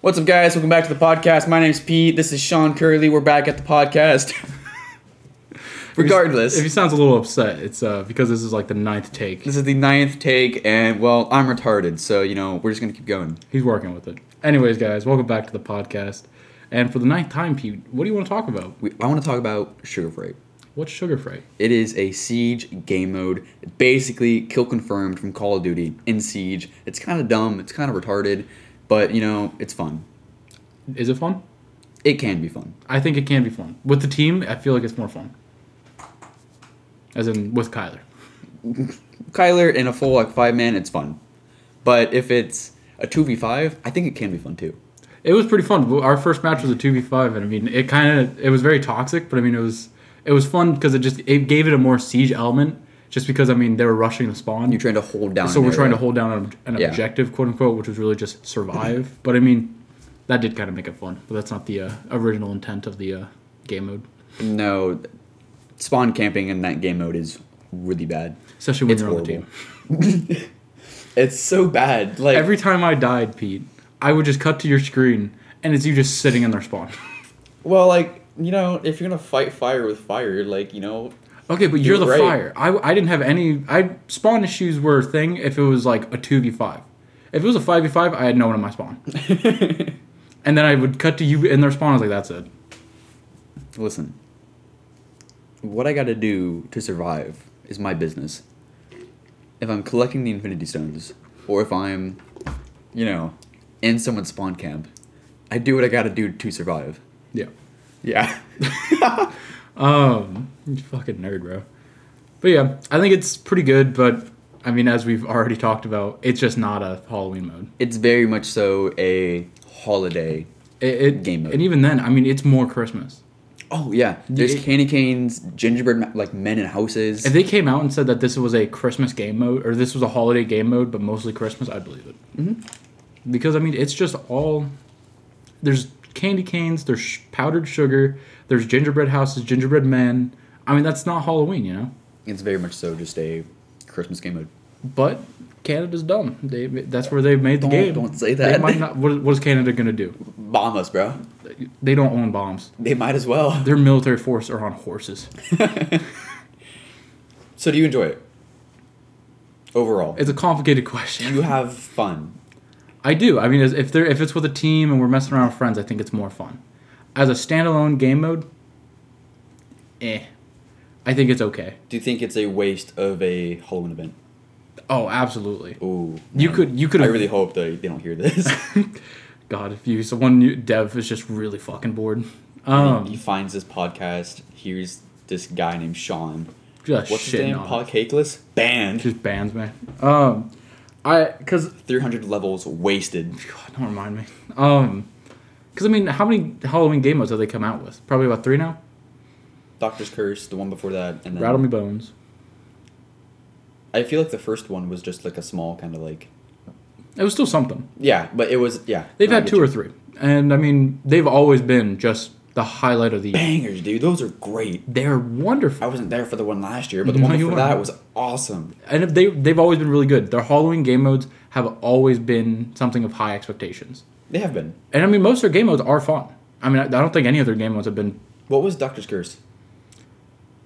What's up, guys? Welcome back to the podcast. My name's Pete. This is Sean Curley. We're back at the podcast. Regardless, If he sounds a little upset, it's uh, because this is like the ninth take. this is the ninth take, and well, I'm retarded, so you know we're just gonna keep going. He's working with it. Anyways, guys, welcome back to the podcast. And for the ninth time, Pete, what do you want to talk about? We, I want to talk about Sugar Freight. What's Sugar Fright? It is a siege game mode, basically kill confirmed from Call of Duty in siege. It's kind of dumb. It's kind of retarded, but you know it's fun. Is it fun? It can be fun. I think it can be fun. With the team, I feel like it's more fun. As in with Kyler. Kyler in a full like five man, it's fun. But if it's a two v five, I think it can be fun too. It was pretty fun. Our first match was a two v five, and I mean, it kind of it was very toxic, but I mean, it was it was fun because it just it gave it a more siege element. Just because I mean, they were rushing the spawn. You're trying to hold down. So an we're trying to area. hold down an, an Yeah. objective, quote unquote, which was really just survive. but I mean, that did kind of make it fun. But that's not the uh, original intent of the uh, game mode, No, th- spawn camping in that game mode is really bad. especially when It's you're on the horrible. team. It's so bad. Like Every time I died, Pete, I would just cut to your screen, and it's you just sitting in their spawn. well, like you know, if you're gonna fight fire with fire, like you know, Okay, but You're you're the right. fire. I, I didn't have any. I spawn issues were a thing if it was like a two v five. If it was a five v five, I had no one in my spawn. and then I would cut to you in their spawn. I was like, that's it. listen. What I gotta do to survive is my business. If I'm collecting the Infinity Stones, or if I'm, you know, in someone's spawn camp, I do what I gotta do to survive. Yeah. Yeah. Um, you fucking nerd, bro. But yeah, I think it's pretty good. But I mean, as we've already talked about, it's just not a Halloween mode. It's very much so a holiday. It, it Game mode. and even then, I mean, it's more Christmas. Oh yeah, there's Yeah. candy canes, gingerbread ma- like men in houses. If they came out and said that this was a Christmas game mode or this was a holiday game mode, but mostly Christmas, I'd believe it. Mm-hmm. Because I mean, it's just all there's candy canes, there's sh- powdered sugar, there's gingerbread houses, gingerbread men. I mean, that's not Halloween, you know. It's very much so just a Christmas game mode. But Canada's dumb. They that's where they've made the Don't- game. don't say They that. might not. What, what is Canada gonna do? Bomb us, bro. They don't own bombs. They might as well. Their military force are on horses. So do you enjoy it? Overall, It's a complicated question. you have fun. I do. I mean, as- if they're if it's with a team and we're messing around with friends, I think it's more fun. As a standalone game mode, eh, I think it's okay. Do you think it's a waste of a Halloween event? Oh, absolutely. Ooh, You could- you could I have- really hope they they don't hear this. God, if you someone you, dev is just really fucking bored. Um, he finds this podcast. Hears this guy named Sean. just What's his shit. name? Podcakeless. Banned. Just bans, man. Um, I because Three hundred levels wasted. God, don't remind me. Um, because I mean, how many Halloween game modes have they come out with? Probably about three now. Doctor's Curse. The one before that, and then Rattle Me Bones. I feel like the first one was just like a small kind of like It was still something. yeah, but it was yeah. They've no, I had get two you. or three, and I mean, they've always been just the highlight of the. year. bangers, dude. Those are great. They're I wonderful, wasn't there for the one last year, but the No, one you before that weren't. was awesome. and if they they've always been really good. Their Halloween game modes have always been something of high expectations, They have been. and I mean, most of their game modes are fun. I mean, I, I don't think any other game modes have been. What was Doctor's Curse?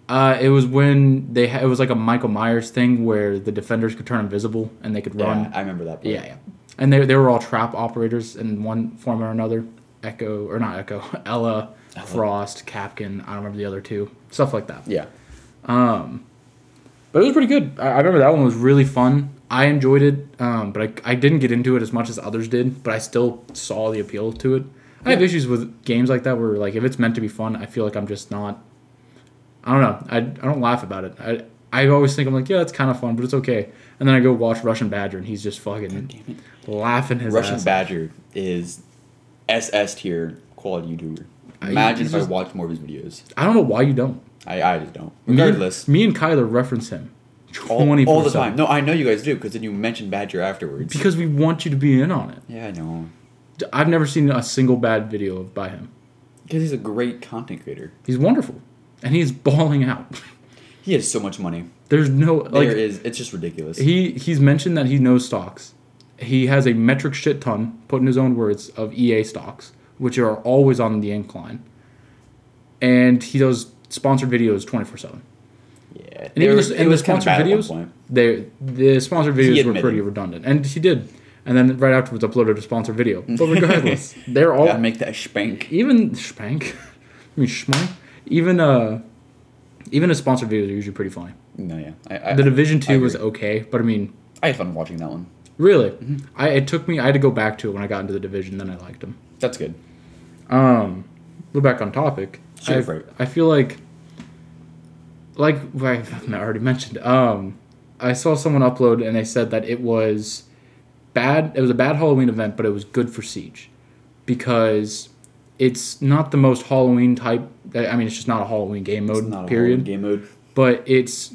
Uh, it was when they ha- it was like a Michael Myers thing where the defenders could turn invisible and they could run. Yeah, I remember that. part. Yeah, yeah. And they, they were all trap operators in one form or another. Echo, or not Echo, Ella, Frost, Capkin, I don't remember the other two. Stuff like that. yeah. But it was pretty good. I, I remember that one was really fun. I enjoyed it, um, but I, I didn't get into it as much as others did, but I still saw the appeal to it. I have issues with games like that where, like, if it's meant to be fun, I feel like I'm just not. I don't know. I, I don't laugh about it. I, I always think I'm like, yeah, that's kind of fun, but it's okay. And then I go watch Russian Badger, and he's just fucking laughing his Russian ass. Badger is SS tier quality YouTuber. I- Imagine he's if I just- watched more of his videos. I don't know why you don't. I, I just don't. Me- Regardless, me, and Kyler reference him all, twenty all the time. No, I know you guys do because then you mentioned Badger afterwards. because we want you to be in on it. Yeah, I know. D- I've never seen a single bad video of- by him. Because he's a great content creator. He's wonderful, and he's bawling out. He has so much money. There's no There like is. It's just ridiculous. he he's mentioned that he knows stocks, he has a metric shit ton, put in his own words, of EA stocks, which are always on the incline. And he does sponsored videos 24 7. Yeah. And even the, and the sponsored videos, they, the sponsored He videos were admitted. pretty redundant. And he did. And then right afterwards uploaded a sponsored video. But regardless, they're all Gotta make that spank. even Spank, I mean Schmank, even uh, even his sponsored videos are usually pretty funny. No, yeah. I, I, The Division Two I was agree. Mm-hmm. okay, but I mean, I had fun watching that one. really, I it took me. I had to go back to it when I got into the Division. Then I liked him. That's good. Um, we're back on topic. Sure, I, right. I feel like, like I've already mentioned. Um, I saw someone upload and they said that it was bad. It was a bad Halloween event, but it was good for Siege because it's not the most Halloween type. I I mean, it's just not a Halloween game mode. It's not a period Halloween game mode. but it's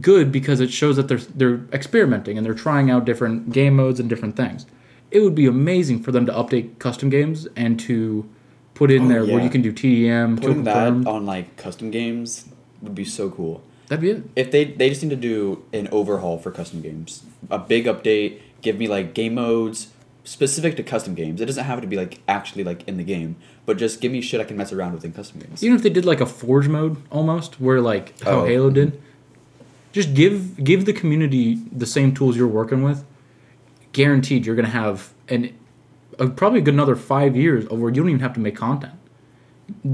good because it shows that they're they're experimenting and they're trying out different game modes and different things. It would be amazing for them to update custom games and to put in Oh, there where yeah. you can do TDM, Putting token that farm. on like custom games would be so cool. That'd be it. If they they just need to do an overhaul for custom games, a big update. Give me like game modes specific to custom games. It doesn't have to be like actually like in the game, but just give me shit I can mess around with in custom games. Even if they did like a forge mode almost, where like how Oh. Halo did. Just give give the community the same tools you're working with. Guaranteed you're gonna have an a, probably a good another five years of where you don't even have to make content.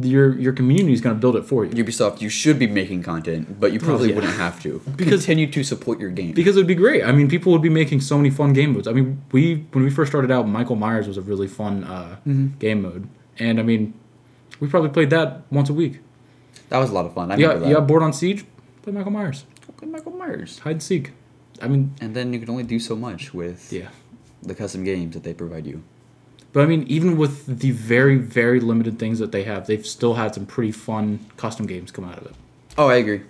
Your your community is gonna build it for you. Ubisoft, you should be making content, but you probably Oh, yeah. wouldn't have to. Because- Continue to support your game. Because it would be great. I mean, people would be making so many fun game modes. I mean, we when we first started out, Michael Myers was a really fun uh, game mode, and I mean, we probably played that once a week. that was a lot of fun. I Yeah, remember yeah. that. Bored on Siege, play Michael Myers, Okay, Michael Myers. hide and seek. I mean, And then you can only do so much with yeah. the custom games that they provide you. But I mean, even with the very very limited things that they have, they've still had some pretty fun custom games come out of it. Oh, I agree.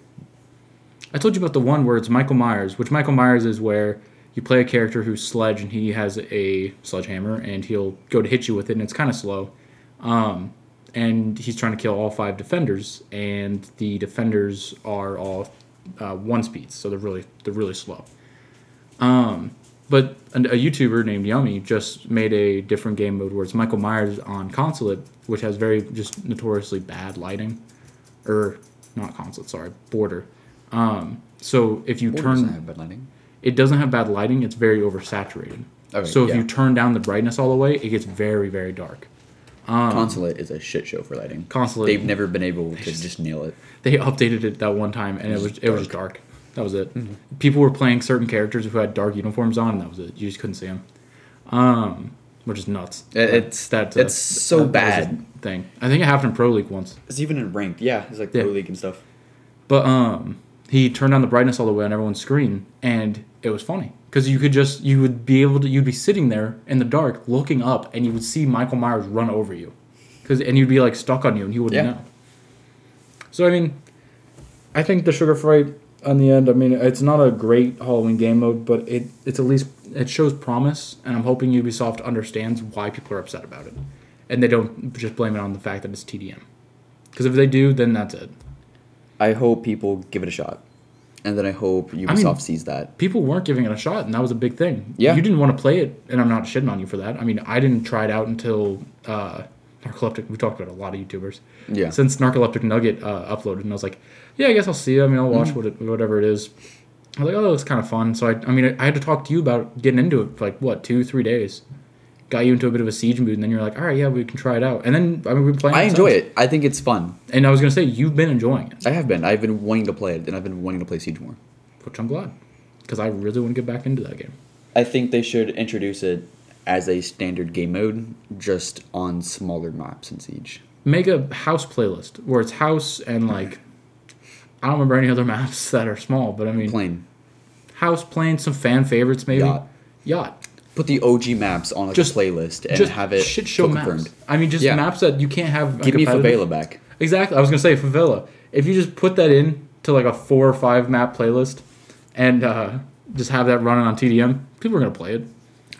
I told you about the one where it's Michael Myers, which Michael Myers is where you play a character who's Sledge and he has a sledgehammer and he'll go to hit you with it and it's kind of slow. Um, and he's trying to kill all five defenders and the defenders are all uh, one speeds, so they're really they're really slow. Um, but an- a YouTuber named Yummy just made a different game mode where it's Michael Myers on Consulate, which has very just notoriously bad lighting, or not Consulate, sorry, Border. Um, so if you Doesn't turn, have bad lighting. it doesn't have bad lighting. It's very oversaturated. Okay, so if yeah. you turn down the brightness all the way, it gets very very dark. Consulate is a shit show for lighting. Consulate- They've never been able to just nail it. They updated it that one time, and it was it was dark. That was it. Mm-hmm. People were playing certain characters who had dark uniforms on, and that was it. You just couldn't see them, um, which is nuts. uh, It- it's- that's it's so bad. thing. I think it happened in pro league once, It's even in ranked. Yeah, it's like Yeah. Pro League and stuff. but um, he turned down the brightness all the way on everyone's screen, and it was funny because you could just you would be able to you'd be sitting there in the dark looking up, and you would see Michael Myers run over you, because and you'd be like stuck on you, and he wouldn't Yeah. know. So I mean, I think the sugar fright on the end. I mean, it's not a great Halloween game mode, but it it's at least it shows promise, and I'm hoping Ubisoft understands why people are upset about it, and they don't just blame it on the fact that it's TDM. Because if they do, then that's it. I hope people give it a shot, and then I hope Ubisoft sees that. People weren't giving it a shot, and that was a big thing. Yeah. you didn't want to play it, and I'm not shitting on you for that. I mean, I didn't try it out until uh, Narcoleptic. We talked about a lot of YouTubers. Yeah. Since Narcoleptic Nugget uh, uploaded, and I was like, yeah, I guess I'll see. it. I mean, I'll watch Mm-hmm. what it, whatever it is. I was like, oh, it's kind of fun. So I, I mean, I, I had to talk to you about getting into it for like what two, three days. Got you into a bit of a siege mood, and then you're like, all right, yeah, we can try it out. And then I mean, we've been playing. I since. enjoy it. I think it's fun. And I was gonna say you've been enjoying it, I have been. I've been wanting to play it, and I've been wanting to play Siege more. which I'm glad, because I really want to get back into that game. I think they should introduce it as a standard game mode, just on smaller maps in Siege. make a house playlist where it's house and like I don't remember any other maps that are small, but I mean Plain. house playing some fan favorites maybe Yacht. Yacht. Put the OG maps on like Just- a playlist and just have it shit show feel maps. confirmed. I mean just Yeah. maps that you can't have. a Give me competitive- Favela back. Exactly. I was gonna say favela. If you just put that in to like a four or five map playlist and uh, just have that running on TDM, people are gonna play it.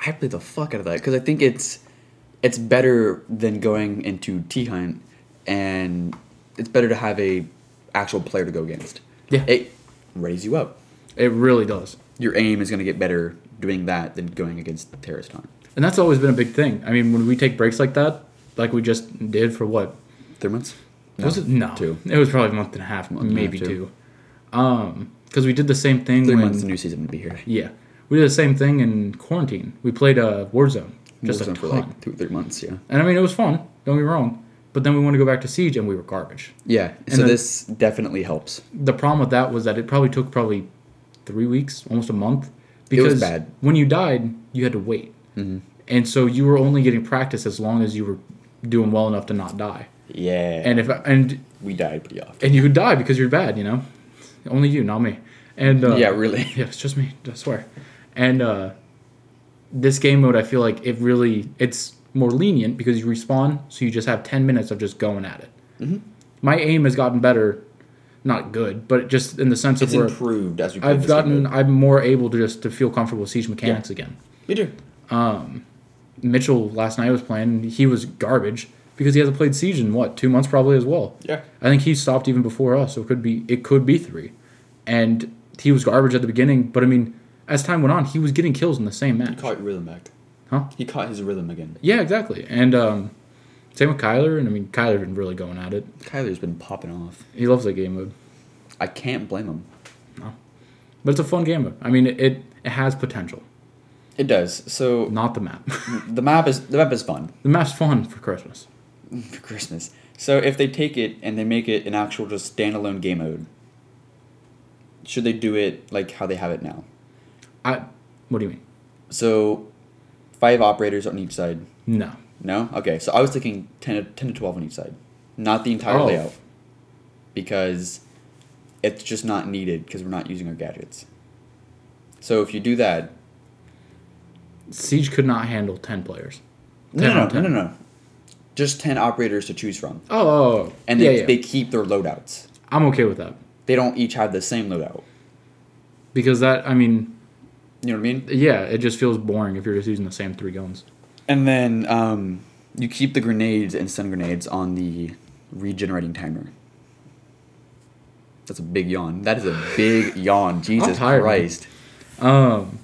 I played the fuck out of that because I think it's it's better than going into T Hunt, and it's better to have a actual player to go against. Yeah. it raises you up. It really does. Your aim is gonna get better doing that than going against terrorist hunt. And that's always been a big thing. I mean, when we take breaks like that, like we just did for what Three months? No. was it? No, Two. It was probably a month and a half, Month and a maybe half, two. two. Um, because we did the same thing. Three when, months. The new season would be here. Yeah, we did the same thing in quarantine. We played uh, Warzone just Warzone a ton, for like two, three months. Yeah. and I mean it was fun. Don't get me wrong, but then we want to go back to Siege, and we were garbage. Yeah. So then- this definitely helps. The problem with that was that it probably took probably three weeks, almost a month, It because was bad. Mm-hmm. when you died, you had to wait, and so you were only getting practice as long as you were doing well enough to not die. Yeah. And if and we died pretty often. and you would die because you're bad, you know. Only you, not me. And uh, yeah, really. yeah, it's just me. I swear. And uh, this game mode, I feel like it really it's more lenient because you respawn, so you just have ten minutes of just going at it. Mm-hmm. My aim has gotten better, not good, but just in the sense It's of where improved as we. play I've this game gotten, mode. I'm more able to just to feel comfortable with siege mechanics again. Me too. Mitchell last night was playing; he was garbage because he hasn't played siege in what two months probably as well. Yeah. I think he stopped even before us, so it could be it could be three. And he was garbage at the beginning, but I mean, as time went on, he was getting kills in the same He match. caught rhythm back. Huh? He caught his rhythm again. Yeah, exactly. And um, same with Kyler, and I mean, Kyler's been really going at it. Kyler's been popping off. He loves that game mode, I can't blame him. but it's a fun game mode. I mean, it it, it has potential. It does. So Not the map. the map is the map is fun. the map's fun for Christmas. for Christmas. So if they take it and they make it an actual just standalone game mode, should they do it like how they have it now? I. What do you mean? So five operators on each side. No. No? Okay. So I was thinking 10 to, 10 to 12 on each side. Not the entire Oh. layout. Because it's just not needed because we're not using our gadgets. So if you do that, Siege could not handle ten players. no, 10 no, on no, 10. no, no, no. Just 10 operators to choose from. Oh, oh, oh. And yeah, they, yeah. they keep their loadouts. I'm okay with that They don't each have the same loadout. because that I mean, You know what I mean? yeah, it just feels boring if you're just using the same three guns. And then um, you keep the grenades and stun grenades on the regenerating timer. That's a big yawn. That is a big yawn. Jesus tired, man. Christ. Um,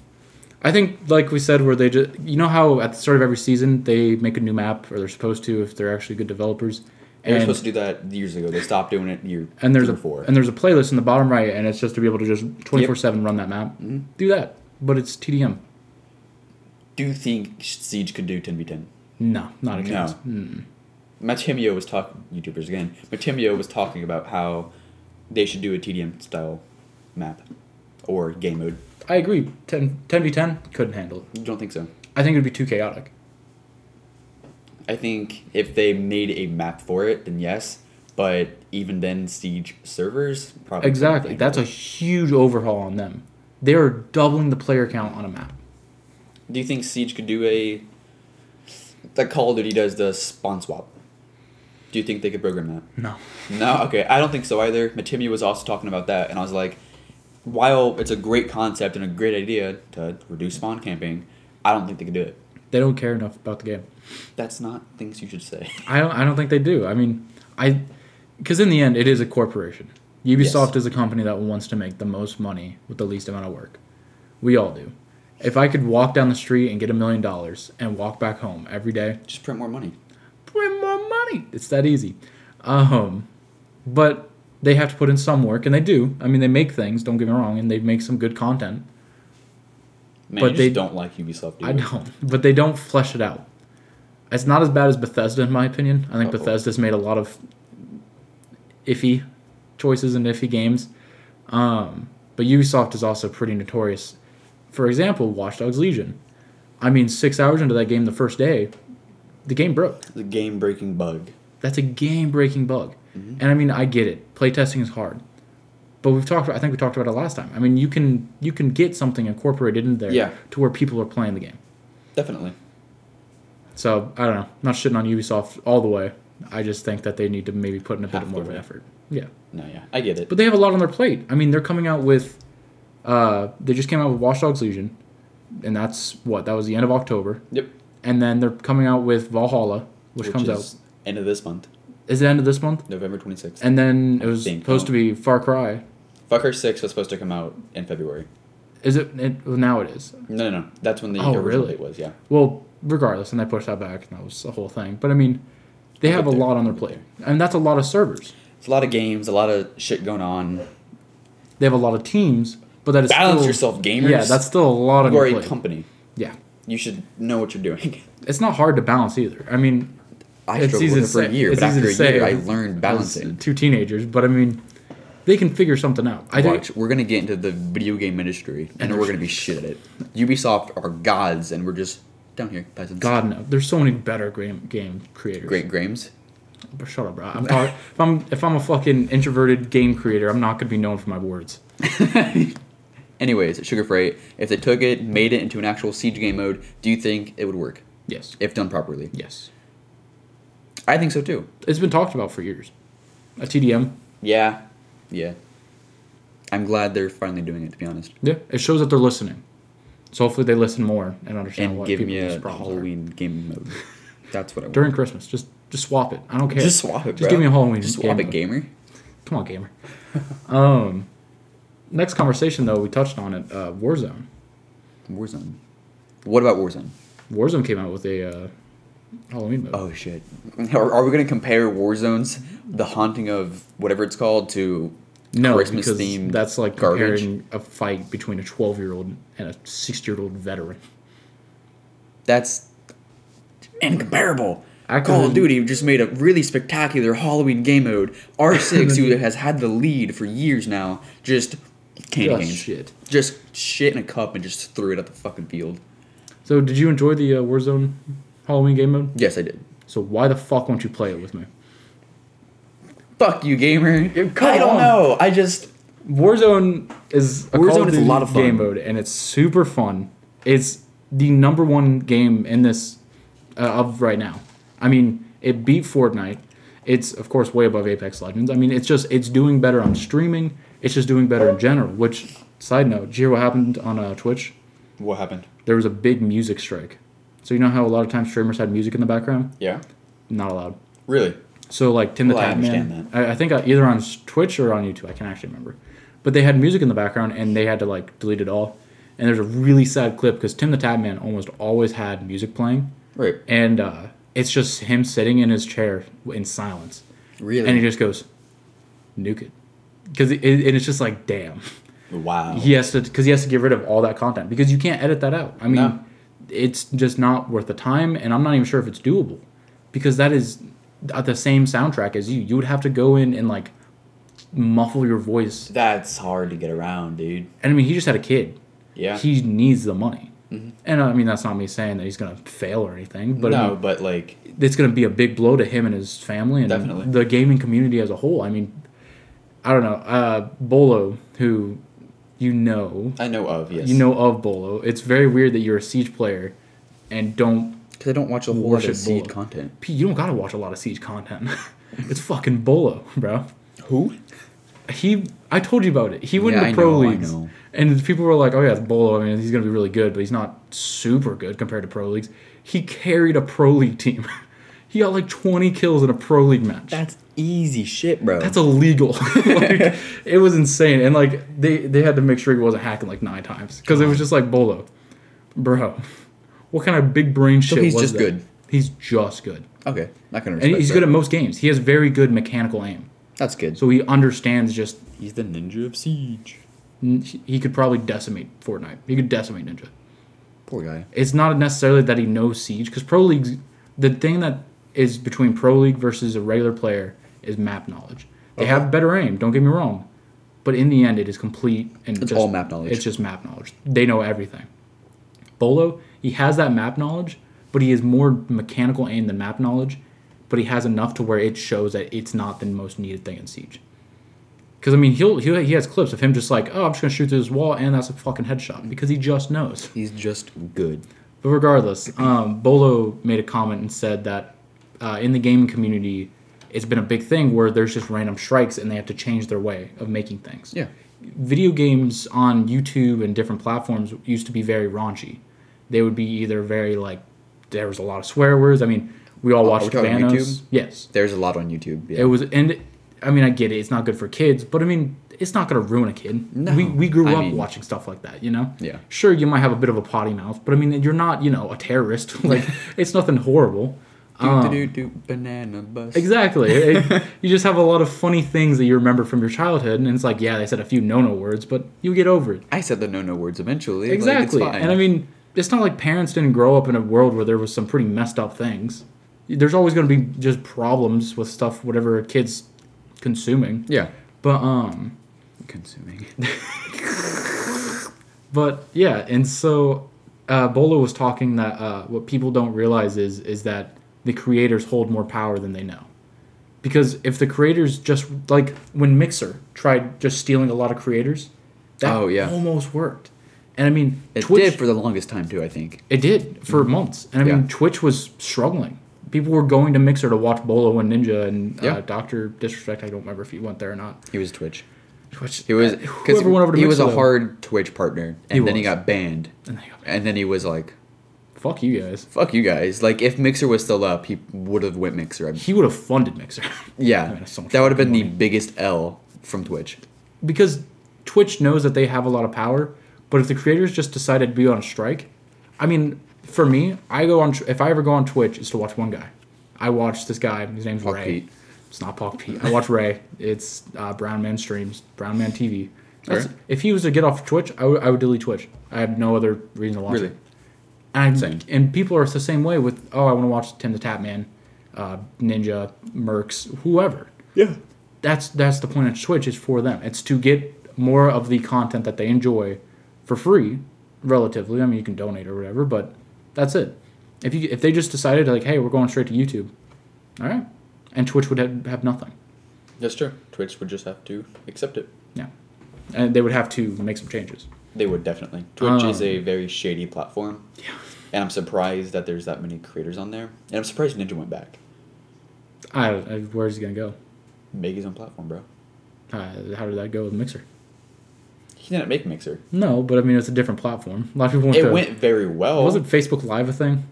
I think, like we said, where they just you know how at the start of every season they make a new map, or they're supposed to if they're actually good developers. They were And, supposed to do that years ago. They stopped doing it year and there's three a or four. and there's a playlist in the bottom right, and it's just to be able to just twenty four seven run that map. Mm-hmm. Do that, but it's TDM. do you think Siege could do 10v10? No, not a chance. Matimio was talking, YouTubers again, Matimio was talking about how they should do a TDM style map or game mode. I agree. 10 v ten couldn't handle it. You don't think so? I think it would be too chaotic. I think if they made a map for it, then yes. But even then, Siege servers probably. Exactly. That's a huge overhaul on them. They are doubling the player count on a map. Do you think Siege could do a like Call of Duty does the spawn swap? Do you think they could program that? No. No, okay. I don't think so either. Matimi was also talking about that, and I was like, while it's a great concept and a great idea to reduce spawn camping, I don't think they could do it. They don't care enough about the game. That's not things you should say. I don't. I don't think they do. I mean, I because in the end, it is a corporation. Ubisoft Yes. is a company that wants to make the most money with the least amount of work. We all do. If I could walk down the street and get a million dollars and walk back home every day, Just print more money. bring more money. It's that easy. Um, but they have to put in some work, and they do. I mean, they make things. Don't get me wrong, and they make some good content. Man, But you just they- don't like Ubisoft. Do I you? don't, but they don't flesh it out. It's not as bad as Bethesda, in my opinion. I think Uh-oh. Bethesda's made a lot of iffy choices and iffy games. Um, but Ubisoft is also pretty notorious. For example, Watch Dogs Legion. I mean, six hours into that game the first day, the game broke. The game breaking bug. That's a game breaking bug. Mm-hmm. And I mean, I get it. Playtesting is hard. But we've talked about, I think we talked about it last time. I mean, you can you can get something incorporated in there Yeah. to where people are playing the game. Definitely. So I don't know. Not shitting on Ubisoft all the way. I just think that they need to maybe put in a Half bit the more of an way. effort. Yeah, No, yeah, I get it. but they have a lot on their plate. I mean, they're coming out with. Uh, they just came out with Watch Dogs Legion, and that's what that was the end of October, yep. and then they're coming out with Valhalla, which, comes is end of this month, out is the end of this month, November twenty sixth. and then it was Same supposed to be Far Cry. Fucker Six was supposed to come out in February. Is it, it well, now? It is. No, no, no. That's when the Oh, original really? date was. Yeah. Well, regardless, and they pushed that back, and that was the whole thing. But I mean, they We'll have a get there. lot on their We'll plate, get and that's a lot of servers. It's a lot of games, a lot of shit going on. They have a lot of teams, but that is Balance still- yourself, gamers. Yeah, that's still a lot on you are your a plate. company. yeah, You should know what you're doing. it's not hard to balance either. I mean, I It's struggled easy with it to for a say- year, it's but easy after to a say year, I as- learned as balancing. two teenagers, but I mean, they can figure something out. I think Watch, we're gonna get into the video game industry, and we're gonna be shit at it. Ubisoft are gods, and we're just down here peasants. God no, there's so many better game game creators. Great games. But shut up, bro. I'm talking, if I'm if I'm a fucking introverted game creator, I'm not gonna be known for my words. Anyways, Sugar Freight. If they took it, made it into an actual siege game mode, do you think it would work Yes. if done properly? Yes. I think so too. It's been talked about for years. A TDM. Yeah, yeah. I'm glad they're finally doing it. To be honest, Yeah. It shows that they're listening. So hopefully they listen more and understand and what give people me a people's problems are. Halloween game mode. That's what I want. During Christmas, just just swap it. I don't care. just swap it. Just bro. give me a Halloween Just swap game it, mode. gamer. Come on, gamer. um, next conversation though, we touched on it. Uh, Warzone. Warzone. What about Warzone? Warzone came out with a uh, Halloween mode. Oh shit. Are, are we gonna compare Warzone's The Haunting of whatever it's called to no, Christmas because themed that's like garbage? comparing a fight between a twelve-year-old and a sixty-year-old veteran. That's incomparable. I Call of couldn't- Duty just made a really spectacular Halloween game mode. R6, who has had the lead for years now, just candy Just canes. shit. Just shit in a cup and just threw it at the fucking field. So, did you enjoy the uh, Warzone Halloween game mode? Yes, I did. So, why the fuck won't you play it with me? Fuck you, gamer. come I don't on. know. I just Warzone is a Warzone Call of is a Duty lot of fun. game mode, and it's super fun. It's the number one game in this uh, of right now. I mean, it beat Fortnite. It's of course way above Apex Legends. I mean, it's just it's doing better on streaming. It's just doing better in general. Which side note, did you hear what happened on uh, Twitch? What happened? There was a big music strike. So you know how a lot of times streamers had music in the background? Yeah. Not allowed. Really? So like Tim the Well, I Tap Man, understand I, I think uh, either on s- Twitch or on YouTube, I can actually remember. But they had music in the background, and they had to like delete it all. And there's a really sad clip because Tim the Tap Man almost always had music playing, Right. and uh, it's just him sitting in his chair in silence, Really? and he just goes, "Nuke it," because it, and it's just like, damn, wow. he has to because he has to get rid of all that content because you can't edit that out. I mean, No. it's just not worth the time, and I'm not even sure if it's doable because that is at the same soundtrack as you. You would have to go in and like muffle your voice. That's hard to get around, dude. And I mean, he just had a kid. Yeah. Mm-hmm. He needs the money. And I mean, that's not me saying that he's gonna fail or anything, but I no, mean, but like it's going to be a big blow to him and his family and Definitely. the gaming community as a whole. I mean, I don't know. Uh, Bolo, who you know, I know of yes. you know of Bolo. It's very weird that you're a Siege player and don't. because I don't watch a whole lot Worship of seed Bullet. content. P- You don't gotta watch a lot of Siege content. it's fucking Bolo, bro. Who? He, I told you about it. He went Yeah, into I pro know, I leagues, know. and people were like, "Oh yeah, it's Bolo. I mean, he's gonna be really good, but he's not super good compared to pro leagues." He carried a pro league team. he got like 20 kills in a pro league match. That's easy shit, bro. That's illegal. like, it was insane, and like they they had to make sure he wasn't hacking like nine times because it was just like Bolo, bro. What kind of big brain shit? he's was just that? good. He's just good, okay. Not gonna and respect. he's that. good at most games. He has very good mechanical aim, That's good. so he understands. Just he's the ninja of siege. he could probably decimate Fortnite. He could decimate Ninja. Poor guy. It's not necessarily that he knows Siege because pro leagues. The thing that is between pro league versus a regular player is map knowledge. They have better aim. Don't get me wrong, but in the end, it is complete and It's just- all map knowledge. It's just map knowledge. They know everything. Bolo, he has that map knowledge, but he is more mechanical aim than map knowledge. But he has enough to where it shows that it's not the most needed thing in Siege. Because I mean, he'll, he'll he has clips of him just like, oh, I'm just gonna shoot through this wall, and that's a fucking headshot because he just knows. He's just good. But regardless, um, Bolo made a comment and said that uh, in the gaming community, it's been a big thing where there's just random strikes and they have to change their way of making things. Yeah. Video games on YouTube and different platforms used to be very raunchy. They would be either very like there was a lot of swear words. I mean, we all watched Oh, talking Thanos. YouTube? Yes, There's a lot on YouTube. Yeah. it was, and I mean, I get it. It's not good for kids, but I mean, it's not gonna ruin a kid. No, we we grew I up mean- watching stuff like that, you know. Yeah. Sure, you might have a bit of a potty mouth, but I mean, you're not, you know, a terrorist. like, it's nothing horrible. Do Um, do do banana bus. Exactly. It- you just have a lot of funny things that you remember from your childhood, and it's like, yeah, they said a few no-no words, but you get over it. I said the no no words eventually. Exactly. Like, it's fine. and I mean, it's not like parents didn't grow up in a world where there was some pretty messed up things. There's always going to be just problems with stuff, whatever a kids consuming. yeah, But um, consuming. but yeah, and so uh, Bola was talking that uh, what people don't realize is is that the creators hold more power than they know. Because if the creators just like when Mixer tried just stealing a lot of creators, that Oh, yeah. almost worked. And I mean, It Twitch did for the longest time too. I think. It did for months, and I mean, Yeah. Twitch was struggling. People were going to Mixer to watch Bolo and Ninja and Yeah. uh, Doctor Disrespect. I don't remember if he went there or not. He was Twitch. Twitch. uh, He was because whoever went over to he Mixer. was a though. hard Twitch partner, and He then he was. got banned, And they go, and then he was like, Fuck you guys. "Fuck you guys!" Like if Mixer was still up, he would have went Mixer. I- He would have funded Mixer Yeah, Man, that's so much that would have been the fucking biggest L from Twitch. because Twitch knows that they have a lot of power. But if the creators just decided to be on strike, I mean, for me, I go on. If I ever go on Twitch, it's to watch one guy. I watch this guy. His name's Fuck Ray. Pete. It's not Paul Pete. I watch Ray. It's uh, Brown Man Streams, Brown Man TV. That's- Alright. If he was to get off Twitch, I would I would delete Twitch. I have no other reason to watch Really? it. And, Same. and people are the same way with, oh, I want to watch Tim the Tap Man, uh, Ninja, Mercs, whoever. Yeah. That's that's the point of Twitch is for them. It's to get more of the content that they enjoy for free, relatively. I mean, you can donate or whatever, but that's it. If you if they just decided like, hey, we're going straight to YouTube, all right, and Twitch would have, have nothing. That's true. Twitch would just have to accept it. Yeah. And they would have to make some changes. They would definitely. Twitch is Um, a very shady platform. Yeah. And I'm surprised that there's that many creators on there. And I'm surprised Ninja went back. I, I where's he gonna go? Make his own platform, bro. Uh, how did that go with Mixer? He didn't make Mixer. No, but I mean it's a different platform. A lot of people went It to. went very well. wasn't Facebook Live a thing?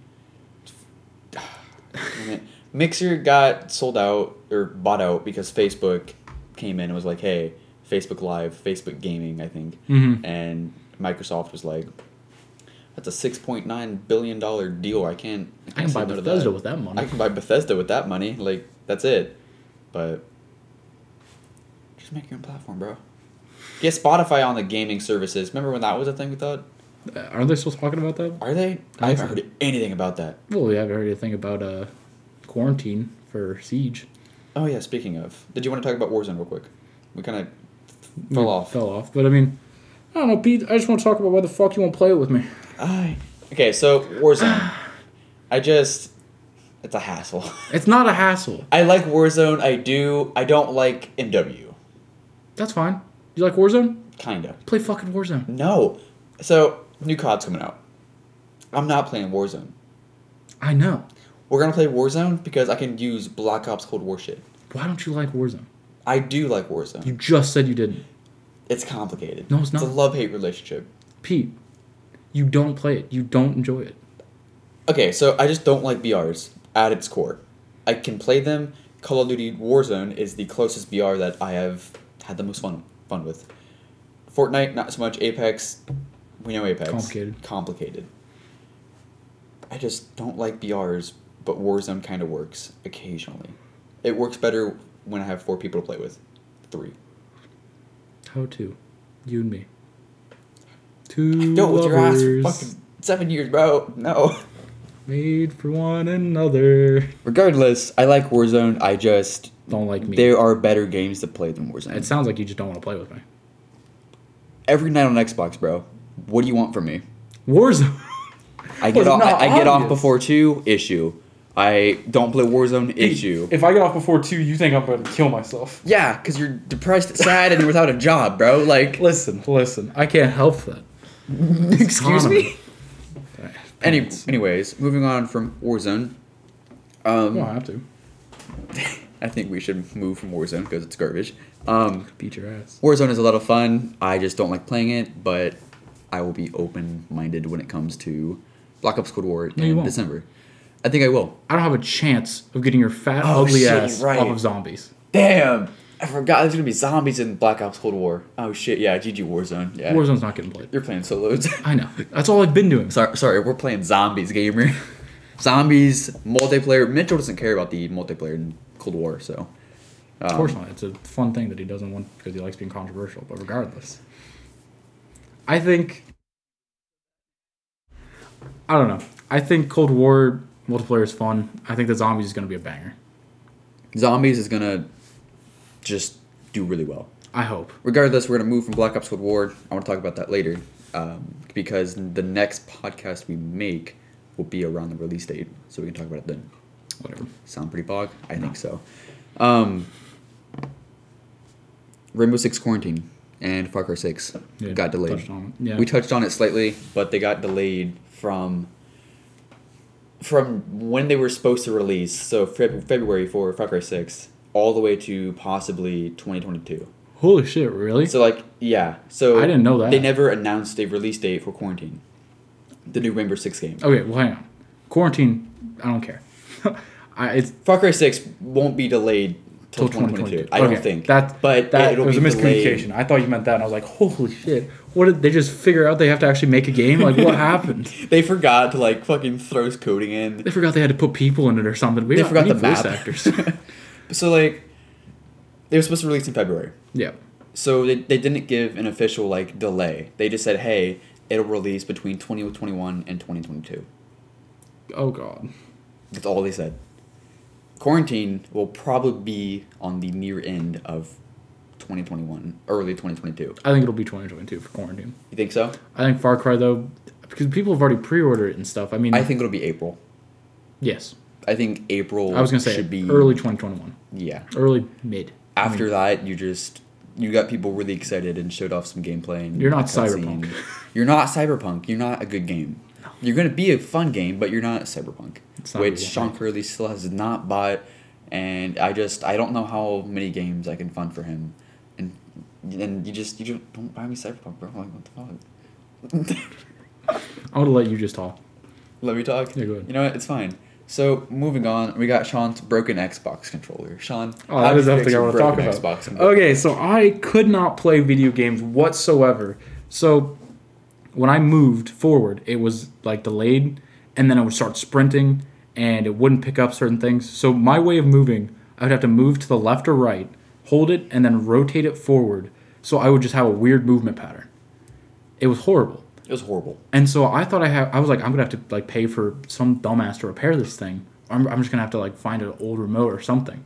Damn it. Mixer got sold out or bought out because Facebook came in and was like, hey, Facebook Live, Facebook Gaming, I think. Mhm. And Microsoft was like, that's a $6.9 billion deal. I can't. I, I can't can say buy no to Bethesda that. with that money. I can buy Bethesda with that money. Like, that's it. But just make your own platform, bro. Get Spotify on the gaming services. Remember when that was a thing we thought? Uh, Aren't they still talking about that? Are they? I haven't heard anything about that. Well, we haven't heard anything about uh, quarantine for Siege. Oh yeah, speaking of, did you want to talk about Warzone real quick? We kind of fell We off. Mm, Fell off. But I mean, I don't know, Pete. I just want to talk about why the fuck you won't play it with me. I okay, so Warzone. I just, it's a hassle. It's not a hassle. I like Warzone. I do. I don't like MW. That's fine. You like Warzone? Kinda. Play fucking Warzone. No. So new COD's coming out. I'm not playing Warzone. I know. We're gonna play Warzone because I can use Black Ops Cold War shit. Why don't you like Warzone? I do like Warzone. You just said you didn't. it's complicated. No, it's It's a not. love hate relationship. Pete, you don't play it. You don't enjoy it. Okay, so I just don't like BRs at its core. I can play them. Call of Duty Warzone is the closest BR that I have had the most fun fun with. Fortnite, not so much. Apex, we know Apex. Complicated. Complicated. I just don't like BRs, but Warzone kind of works occasionally. It works better when I have four people to play with. Three. How to? You and me. Two Don't with your ass for lovers fucking seven years, bro. No. made for one another. Regardless, I like Warzone. I just Don't like me. there are better games to play than Warzone. It sounds like you just don't want to play with me. every night on Xbox, bro. What do you want from me? Warzone. I Well, get it's off. not I, I get off obvious. before two. Issue. I don't play Warzone. Issue. If I get off before two, you think I'm going to kill myself. Yeah, because you're depressed, sad, and without a job, bro. Like, Listen, listen. I can't help that. excuse me. Sorry. Any, anyways, moving on from Warzone. You don't Um, have to. I think we should move from Warzone because it's garbage. Um, Beat your ass. Warzone is a lot of fun. I just don't like playing it, but I will be open-minded when it comes to Black Ops Cold War you in won't. December. I think I will. I don't have a chance of getting your fat, Oh, ugly shit, ass you're right. off of zombies. Damn. I forgot there's gonna be zombies in Black Ops Cold War. Oh shit, yeah, GG Warzone. Yeah, Warzone's not getting played. you're playing solos. I know. That's all I've been doing. sorry, sorry, we're playing zombies, gamer. zombies multiplayer. Mitchell doesn't care about the multiplayer in Cold War, so. Of course not. It's a fun thing that he doesn't want because he likes being controversial. But regardless, I think I don't know. I think Cold War multiplayer is fun. I think the zombies is going to be a banger. Zombies is gonna just do really well. I hope. regardless, we're gonna move from Black Ops Cold War. I want to talk about that later, um, because the next podcast we make will be around the release date, so we can talk about it then. Whatever. Sound pretty bog? I think so. Um, Rainbow Six Quarantine and Far Cry Six Yeah, got delayed. touched on it. Yeah. We touched on it slightly, but they got delayed from from when they were supposed to release, so Feb- February for Far Cry Six, all the way to possibly twenty twenty two. Holy shit! Really? So like yeah, so I didn't know that. they never announced a release date for Quarantine, the new Rainbow Six game. okay. Well, hang on. Quarantine. I don't care. I, it's Far Cry Six won't be delayed till till twenty twenty two. 2022. I don't Okay, think that. but that it'll was be a miscommunication. delayed. I thought you meant that, and I was like, "Holy shit! What did they just figure out? They have to actually make a game? Like, what happened? They forgot to like fucking throw coding in. They forgot they had to put people in it or something. We They don't- forgot we the need voice map. actors. So like, they were supposed to release in February. yeah. So they, they didn't give an official like delay. They just said, hey, it'll release between twenty twenty one and twenty twenty two. Oh god. That's all they said. Quarantine will probably be on the near end of 2021, early 2022. I think it'll be 2022 for quarantine. You think so? I think Far Cry though, because people have already pre-ordered it and stuff. I mean, I think it'll be April. yes. I think April. I was gonna say should be early 2021, Yeah. early mid. After that, you just you got people really excited and showed off some gameplay. And You're not a cutscene. Cyberpunk. You're not cyberpunk. You're not a good game. You're gonna be a fun game, but you're not cyberpunk, It's not which really Sean Curley still has not bought. And I just I don't know how many games I can fund for him, and and you just you just don't buy me cyberpunk, bro. Like what the fuck? I'm gonna let you just talk. Let me talk. Yeah, go ahead. You know what? It's fine. So moving on, we got Sean's broken Xbox controller. Sean, Oh, how that do is you the fix thing I your want to talk broken about. Xbox controller? Okay, so I could not play video games whatsoever. So when I moved forward, it was like delayed, and then I would start sprinting, and it wouldn't pick up certain things. So my way of moving, I would have to move to the left or right, hold it, and then rotate it forward. So I would just have a weird movement pattern. It was horrible. It was horrible. And so I thought I have. I was like, I'm gonna have to like pay for some dumbass to repair this thing. I'm, I'm just gonna have to like find an old remote or something.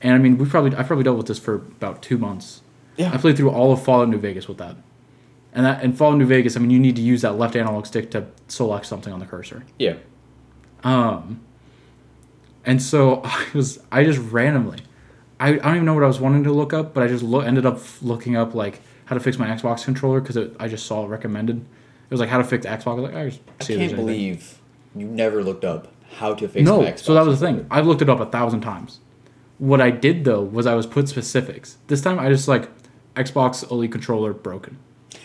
And I mean, we probably I probably dealt with this for about two months. Yeah. I played through all of Fallout New Vegas with that. And that and Fallout New Vegas, I mean, you need to use that left analog stick to select something on the cursor. Yeah. And so I was I just randomly, I, I don't even know what I was wanting to look up, but I just lo- ended up f- looking up like how to fix my Xbox controller because I just saw it recommended. It was like how to fix Xbox. I was like I just I see if there's can't anything. believe you never looked up how to fix an No, Xbox. so that was the thing. I've looked it up a thousand times. What I did though was I was put specifics. This time I just like Xbox Elite controller broken.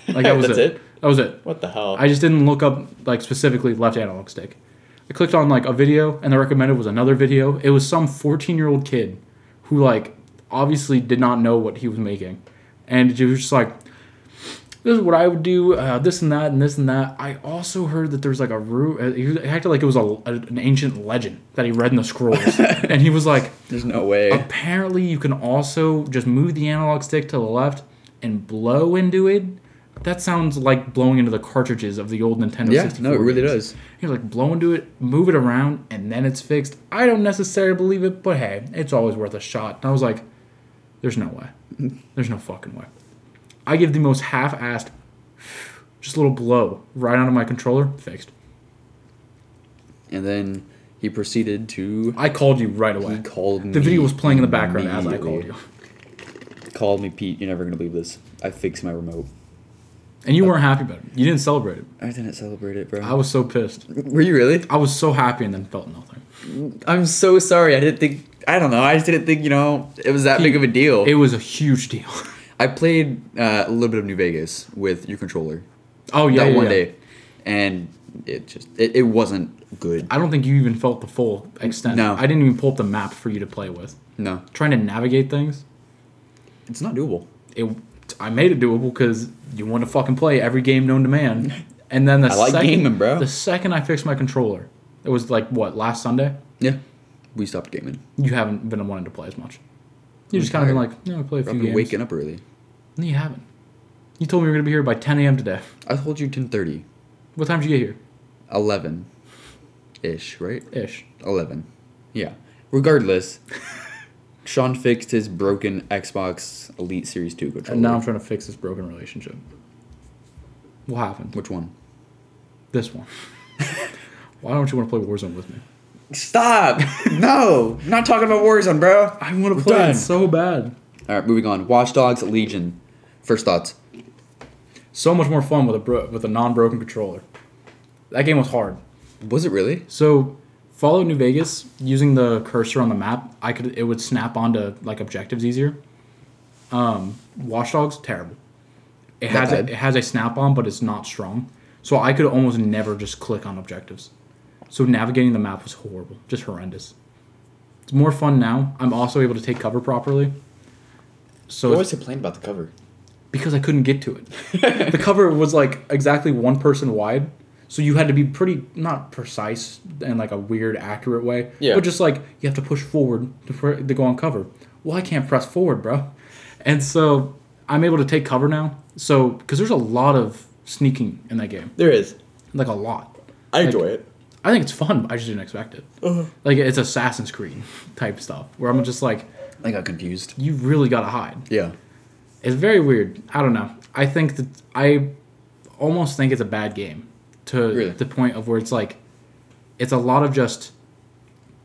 Like that was That's it. it? That was it. What the hell? I just didn't look up like specifically left analog stick. I clicked on like a video and the recommended was another video. It was some 14 year old kid who like obviously did not know what he was making, and it was just like. This is what I would do. Uh, this and that, and this and that. I also heard that there's like a root. Uh, he acted like it was a, a- an ancient legend that he read in the scrolls, and he was like, There's no Oh, way. apparently you can also just move the analog stick to the left and blow into it. That sounds like blowing into the cartridges of the old Nintendo Yeah, 64. no, it really games. does. You're like blow into it, move it around, and then it's fixed. I don't necessarily believe it, but hey, it's always worth a shot. And I was like, there's no way. There's no fucking way. I give the most half-assed just a little blow right onto my controller, fixed. And then he proceeded to I called you right away. he called me. the video was playing in the background as I called immediately. you. Called me Pete. You're never gonna believe this. I fixed my remote. And you weren't happy about it. You didn't celebrate it. I didn't celebrate it, bro. I was so pissed. Were you really? I was so happy and then felt nothing. I'm so sorry. I didn't think. I don't know. I just didn't think you know it was that big of a deal. It was a huge deal. I played uh, a little bit of New Vegas with your controller Oh yeah, that yeah, one yeah. day, and it just it, it wasn't good. I don't think you even felt the full extent. No. I didn't even pull up the map for you to play with. No, Trying to navigate things. It's not doable. It I made it doable because you want to fucking play every game known to man. And then the I like second, gaming, bro. The second I fixed my controller, it was like what last Sunday. Yeah. We stopped gaming. You haven't been wanting to play as much. You I'm just kind of been tired. like, no, I play a I've few been games. waking up early. No, you haven't. You told me you were gonna be here by 10 a.m. today. I told you 10:30, What time did you get here? 11 ish, right? Ish. 11. Yeah. Regardless, Sean fixed his broken Xbox Elite Series 2 controller. And now I'm trying to fix this broken relationship. What happened? Which one? This one. Why don't you want to play Warzone with me? Stop! no! Not talking about Warzone, bro. I want to Play it so bad. All right, moving on. Watch Dogs Legion. First thoughts. So much more fun with a bro- with a non-broken controller. That game was hard. Was it really? So, follow New Vegas using the cursor on the map. I could it would snap onto like objectives easier. Um, Watch Dogs terrible. It Not has a, bad. it has a snap on, but it's not strong. So I could almost never just click on objectives. So navigating the map was horrible, just horrendous. It's more fun now. I'm also able to take cover properly. So it's- complained about the cover? because I couldn't get to it. the cover was like exactly one person wide, so you had to be pretty not precise in like a weird accurate way, Yeah. but just like you have to push forward to, pr- to go on cover. Well, I can't press forward, bro, and so I'm able to take cover now. So because there's a lot of sneaking in that game, There is. like a lot. I enjoy it. I think it's fun. I just didn't expect it. Like it's Assassin's Creed type stuff where I'm just like, I got confused. you really gotta hide. Yeah. It's very weird. I don't know. I think that I almost think it's a bad game to Really? the point of where it's like it's a lot of just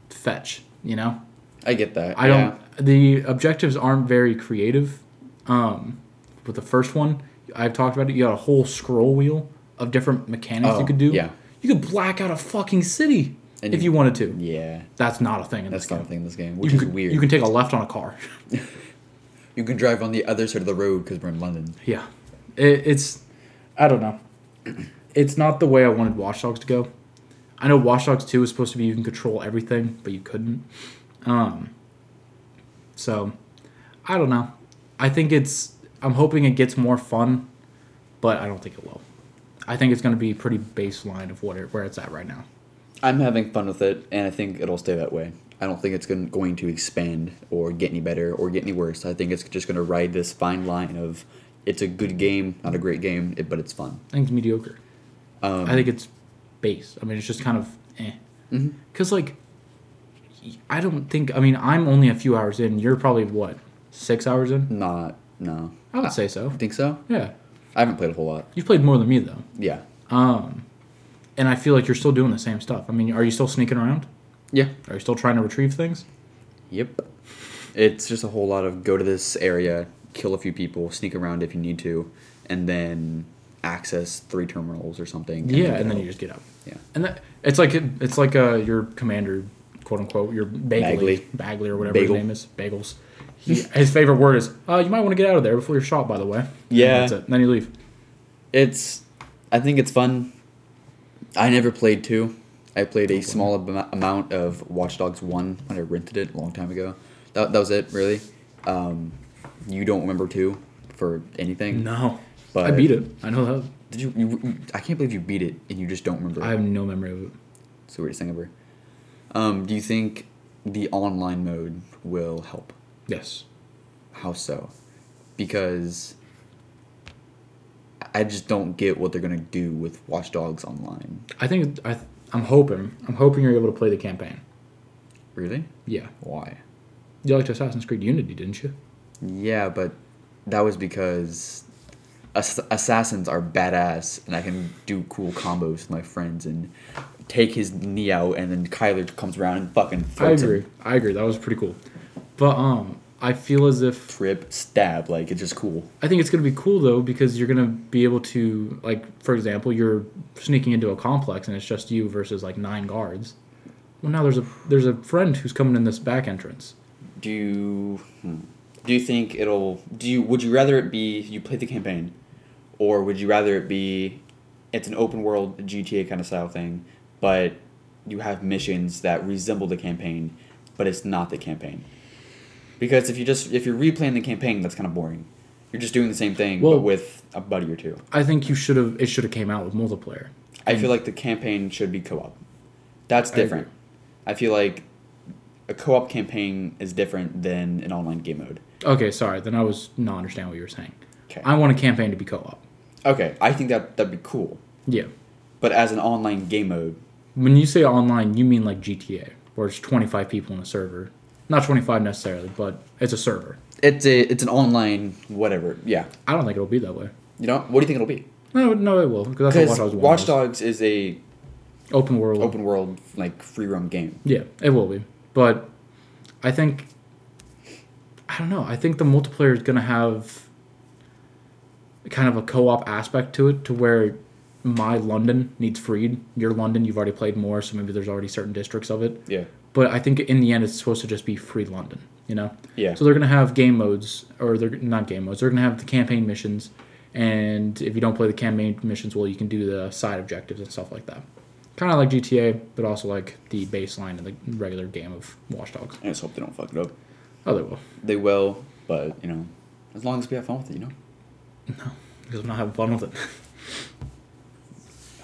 fetch, you know? I get that. I yeah. don't the objectives aren't very creative. Um with the first one, I've talked about it, you got a whole scroll wheel of different mechanics Oh, you could do. yeah. You could black out a fucking city And if you- you wanted to. Yeah. That's not a thing in That's this game. something in this game, You which is can- weird. You can take a left on a car. You can drive on the other side of the road because we're in London. Yeah, it, it's I don't know. It's not the way I wanted Watch Dogs to go. I know Watch Dogs Two is supposed to be you can control everything, but you couldn't. Um, so I don't know. I think it's. I'm hoping it gets more fun, but I don't think it will. I think it's going to be pretty baseline of what it, where it's at right now. I'm having fun with it, and I think it'll stay that way. I don't think it's gon- going to expand or get any better or get any worse. I think it's just going to ride this fine line of it's a good game, not a great game, it, but it's fun. I think it's mediocre. Um, I think it's base. I mean, it's just kind of eh. Because, like, I don't think, I mean, I'm only a few hours in. You're probably, what, six hours in? not, no. I would say so. I think so. Yeah. I haven't played a whole lot. You've played more than me, though. Yeah. Um, and I feel like you're still doing the same stuff. I mean, are you still sneaking around? Yeah. Are you still trying to retrieve things? Yep. It's just a whole lot of go to this area, kill a few people, sneak around if you need to, and then access three terminals or something. Yeah, and go. then you just get up. Yeah. And that, it's like it's like uh, your commander, quote unquote, your Bagley, Bagley. Bagley, or whatever Bagel. his name is, Bagels. He, his favorite word is, uh, "You might want to get out of there before you're shot." By the way, And Yeah. that's it. And then you leave. It's, I think it's fun. I never played two. I played Oh, a small am- amount of Watch Dogs one when I rented it a long time ago. That, that was it, really. Um, you don't remember two for anything. No, But- I beat it. I know that. Did you, you, you? I can't believe you beat it and you just don't remember. I have no memory of it. It's the weirdest thing ever. Um, do you think the online mode will help? Yes, How so? Because I just don't get what they're gonna do with Watch Dogs online. I think I. I'm hoping. I'm hoping you're able to play the campaign. Really? Yeah, Why? you liked Assassin's Creed Unity, didn't you? Yeah, but that was because ass- assassins are badass, and I can do cool combos with my friends and take his knee out, and then Kyler comes around and fucking I throws agree. I agree. That was pretty cool. But um, I feel as if Trip, stab, like it's just cool. I think it's going to be cool though because you're going to be able to like for example you're sneaking into a complex and it's just you versus like nine guards. Well now there's a there's a friend who's coming in this back entrance. Do you hmm. do you think it'll do you would you rather it be you play the campaign, or would you rather it be it's an open world GTA kind of style thing, but you have missions that resemble the campaign, but it's not the campaign. Because if you just if you're replaying the campaign, that's kind of boring. You're just doing the same thing, Well- but with a buddy or two. I think you should have. It should have came out with multiplayer. I feel like the campaign should be co-op. That's I agree. different. I, feel like a co-op campaign is different than an online game mode. Okay, sorry. Then I was not understanding what you were saying. 'Kay. I want a campaign to be co-op. Okay, I think that that'd be cool. Yeah. But as an online game mode, When you say online, you mean like GTA, where it's 25 people on a server. Not 25 necessarily, but it's a server. it's a it's an online whatever. Yeah, I don't think it'll be that way. you know what do you think it'll be? No, no, it will. Because that's Because what Watch Dogs 1 Watch was. Dogs is a Open world. open world like free roam game. Yeah, it will be. But I think I don't know. I think the multiplayer is gonna have kind of a co-op aspect to it, to where my London needs freed. Your London, you've already played more, so maybe there's already certain districts of it. Yeah. But I think in the end, it's supposed to just be free London. You know. Yeah. So they're gonna have game modes, or they're not game modes. They're gonna have the campaign missions, and if you don't play the campaign missions, well, you can do the side objectives and stuff like that. Kind of like GTA, but also like the baseline of the regular game of Watch Dogs. I just hope they don't fuck it up. Oh, they will, They will, but you know, as long as we have fun with it, you know. because I'm not having fun with it.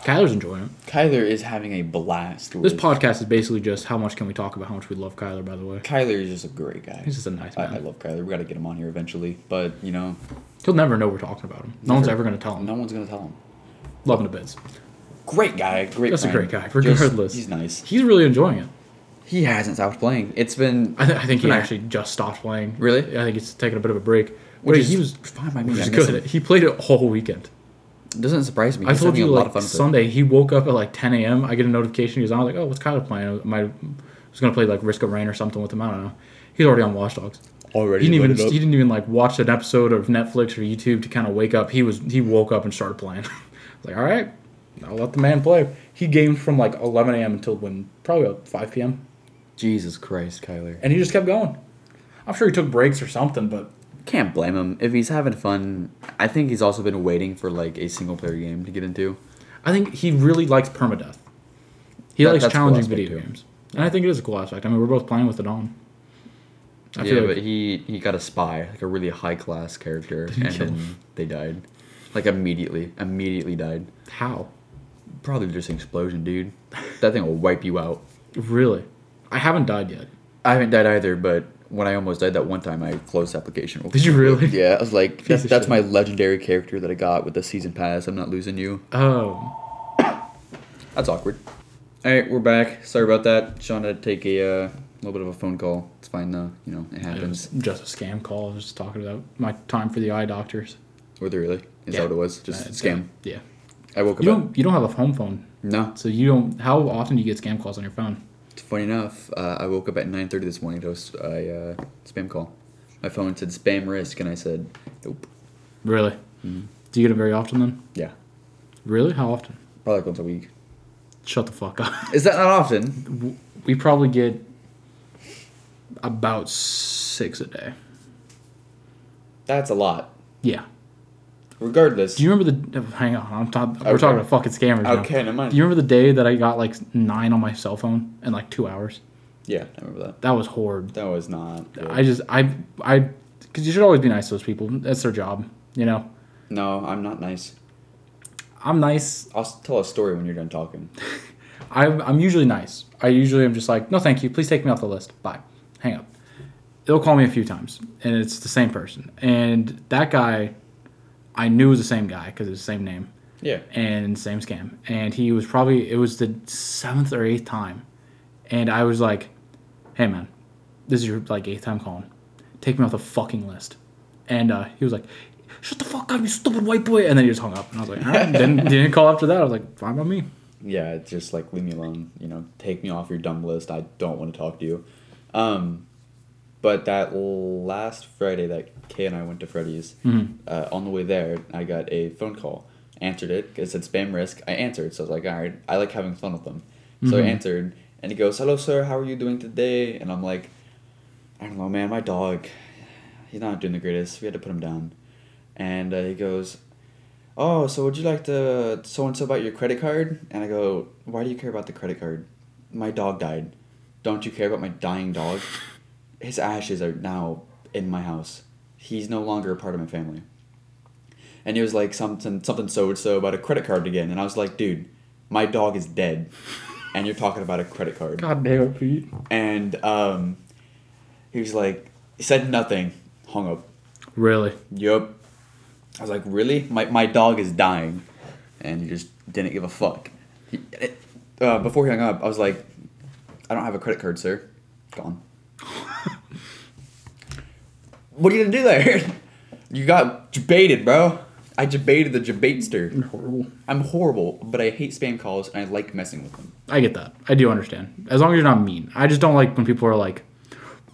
Kyler's enjoying it. Kyler is having a blast. This with- podcast is basically just how much can we talk about how much we love Kyler. By the way, Kyler is just a great guy. he's just a nice I, man. I love Kyler. We got to get him on here eventually, but you know, He'll never know we're talking about him. No one's Never. ever gonna tell him. no one's gonna tell him. Love him to bits. Great guy, great. That's a friend. great guy, Just- regardless. he's nice. He's really enjoying it. He hasn't stopped playing. It's been I, th- I think he Nah. actually just stopped playing. Really? I think he's taking a bit of a break. But Which is he was fine by me. which I is miss good. him. He played it all weekend. Doesn't surprise me. I He's told having you a lot like of fun with it. Sunday he woke up at like 10 a.m. I get a notification. He's on. I was like, oh, what's Kyler playing? I might I was gonna play like Risk of Rain or something with him. I don't know. He's already on Watch Dogs. Already He didn't lit even it he up. didn't even like watch an episode of Netflix or YouTube to kind of wake up. He was he woke up and started playing. I was like, all right, I'll let the man play. He gamed from like 11 a.m. until when probably about 5 p.m. Jesus Christ, Kyler. and he just kept going. I'm sure he took breaks or something, but Can't blame him if he's having fun. I think he's also been waiting for like a single player game to get into. I think he really likes permadeath. He That- likes that's a cool challenging aspect video too. games, and I think it is a cool aspect. I mean, we're both playing with it on. I yeah, feel like but he he got a spy, like a really high class character, he and kill then they died, like immediately, immediately died. how Probably just an explosion, dude. That thing will wipe you out. really? I haven't died yet. I haven't died either, but when I almost died that one time, I closed the application. real Did you quick. really? Yeah, I was like, that's, of that's shit. my legendary character that I got with the season pass. I'm not losing you. Oh, That's awkward. All right, we're back. Sorry about that. Sean had to take a uh, little bit of a phone call. It's fine though. You know, it it happens. was just a scam call. I was just talking about my time for the eye doctors. Were they really? Is Yeah. that what it was? Just Uh, scam. Yeah, I woke up. you don't you don't have a home phone, At, no. so you don't. How often do you get scam calls on your phone? Funny enough, uh, I woke up at 9:30 this morning to a s- a, uh, spam call. My phone said spam risk, and I said, nope. Really? Mm-hmm. Do you get it very often then? Yeah, Really? How often? probably like once a week. Shut the fuck up. Is that not often? we probably get about six a day. That's a lot. Yeah. Regardless. Do you remember the? Hang on, I'm talking. We're Okay. talking about fucking scammers. now. Okay, never mind. Do you remember the day that I got like nine on my cell phone in like two hours? yeah, I remember that. That was horrid. That was not. good. I just I I because you should always be nice to those people. That's their job. You know. no, I'm not nice. I'm nice. I'll s- tell a story when you're done talking. I'm I'm usually nice. I usually am just like no thank you. Please take me off the list. Bye. Hang up. They'll call me a few times, and it's the same person. And that guy, I knew was the same guy because it's the same name. Yeah. and same scam. And he was probably it was the seventh or eighth time, and I was like, "Hey man, this is your like eighth time calling. Take me off the fucking list." And uh, he was like, "Shut the fuck up, you stupid white boy!" And then he just hung up. And I was like, All right. "Didn't didn't call after that." I was like, "Fine by me." Yeah, it's just like leave me alone. You know, take me off your dumb list. I don't want to talk to you. Um, but that last Friday that Kay and I went to Freddy's, Mm-hmm. uh, on the way there, I got a phone call. Answered it. It said spam risk. I answered. So I was like, all right, I like having fun with them. So Mm-hmm. I answered, and he goes, "Hello, sir. How are you doing today?" And I'm like, I don't know, man. My dog, he's not doing the greatest. We had to put him down. And uh, he goes, Oh, so would you like to so and so about your credit card? And I go, Why do you care about the credit card? My dog died. Don't you care about my dying dog? his ashes are now in my house. He's no longer a part of my family. And he was like something something so and so about a credit card again, and I was like, dude, my dog is dead, and you're talking about a credit card. God damn it, Pete. And um, he was like, he said nothing, hung up. Really? Yup. I was like, really? My, my dog is dying. And he just didn't give a fuck. He, uh, before he hung up, I was like, I don't have a credit card, sir. Gone. what are you gonna do there? You got debated, bro. I debated the debatester. Horrible. I'm horrible, but I hate spam calls and I like messing with them. I get that. I do understand. As long as you're not mean. I just don't like when people are like,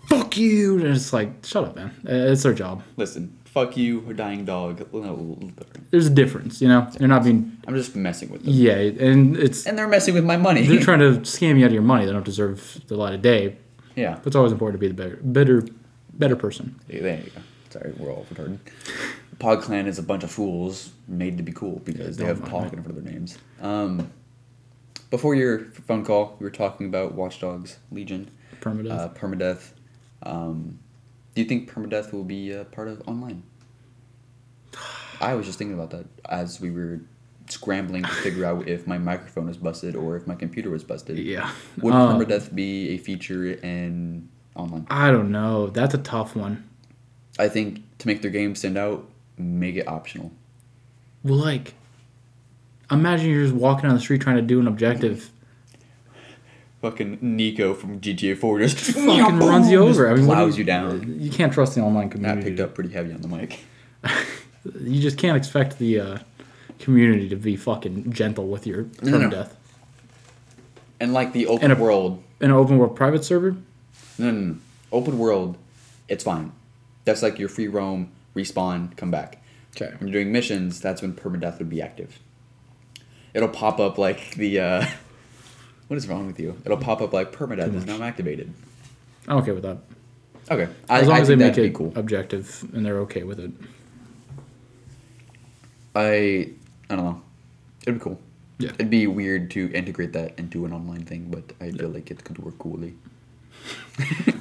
"Fuck you," and it's like, "Shut up, man." Uh, It's their job. Listen, fuck you, dying dog. I'm There's a difference, you know. You're not being just messing with them. yeah, and it's And they're messing with my money. they're trying to scam you out of your money. They don't deserve the light of day. yeah. But it's always important to be the better, better, better person. Yeah, there you go. Sorry, we're all retarded. Pod Clan is a bunch of fools made to be cool because they don't have mind Pog me. in front of their names. Um, before your phone call, we were talking about Watch Dogs Legion, Permadeath. uh, permadeath. Um, do you think permadeath will be a part of online? I was just thinking about that as we were scrambling to figure out if my microphone was busted or if my computer was busted. yeah. Would Um, permadeath be a feature in online? I don't know. That's a tough one. I think to make their game stand out, make it optional. Well, like, imagine you're just walking down the street trying to do an objective. Fucking Nico from GTA 4 just Fucking runs you over. I mean, what do plows you down. You can't trust the online That community. picked to- up pretty heavy on the mic. You just can't expect the uh, community to be fucking gentle with your No, term no, no. death. And like the open And a- world, In an open world private server, no, no, no, open world, it's fine. That's like your free roam, respawn, come back. Okay. When you're doing missions, that's when permadeath would be active. It'll pop up like the. Uh, what is wrong with you? It'll pop up like permadeath is now activated. I'm okay with that. Okay, I, As long I as they think make that'd be it cool. objective and they're okay with it. I I don't know. It'd be cool. Yeah. It'd be weird to integrate that into an online thing, but I feel like it could work coolly.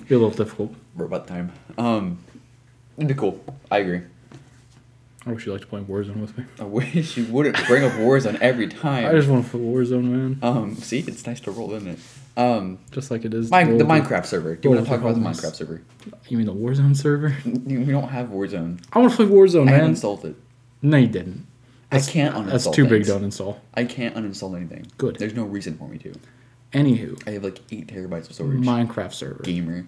Be a little difficult. Robot time. Um, it'd be cool. I agree. I wish you liked playing Warzone with me. I wish you wouldn't bring up Warzone every time. I just want to play Warzone, man. um, see, it's nice to roll, isn't it? Um, Just like it is. mine, the World of- Minecraft server. Do you want to roll talk with about the the homies. Minecraft server? You mean the Warzone server? We don't have Warzone. I want to play Warzone, I man. haven't installed it. No, you didn't. I can't uninstall. That's too big things. to uninstall. I can't uninstall anything. Good. There's no reason for me to. Anywho, I have like eight terabytes of storage. Minecraft server. Gamer.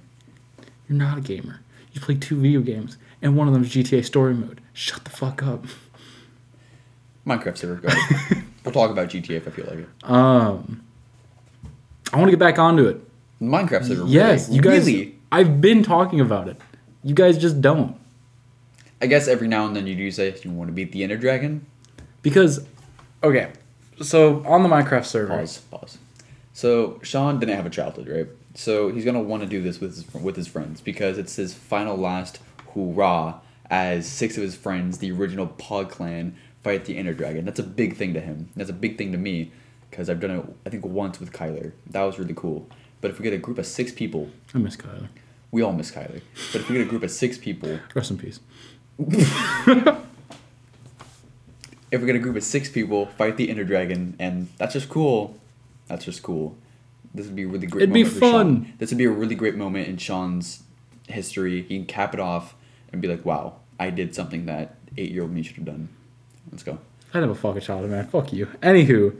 You're not a gamer. You play two video games, and one of them is GTA Story Mode. Shut the fuck up. Minecraft server. Go ahead. we'll talk about GTA if I feel like it. Um, I want to get back onto it. Minecraft server. Yes, really, you guys. Really, I've been talking about it. You guys just don't I guess every now and then you do say you want to beat the Ender Dragon. because. Okay, so on the Minecraft server, Pause. Pause. So Sean didn't have a childhood, right? So he's gonna want to do this with his, with his friends because it's his final last hoorah as six of his friends, the original Pog Clan, fight the Ender Dragon. That's a big thing to him. That's a big thing to me because I've done it I think once with Kyler. That was really cool. But if we get a group of six people, I miss Kyler. we all miss Kyler. But if we get a group of six people, Rest in peace. if we get a group of six people, fight the inner dragon, and that's just cool. That's just cool. This would be a really great. It'd be moment for Sean. fun. This would be a really great moment in Sean's history. He can cap it off and be like, "Wow, I did something that eight-year-old me should have done." Let's go. I never fuck a child, man. Fuck you. Anywho,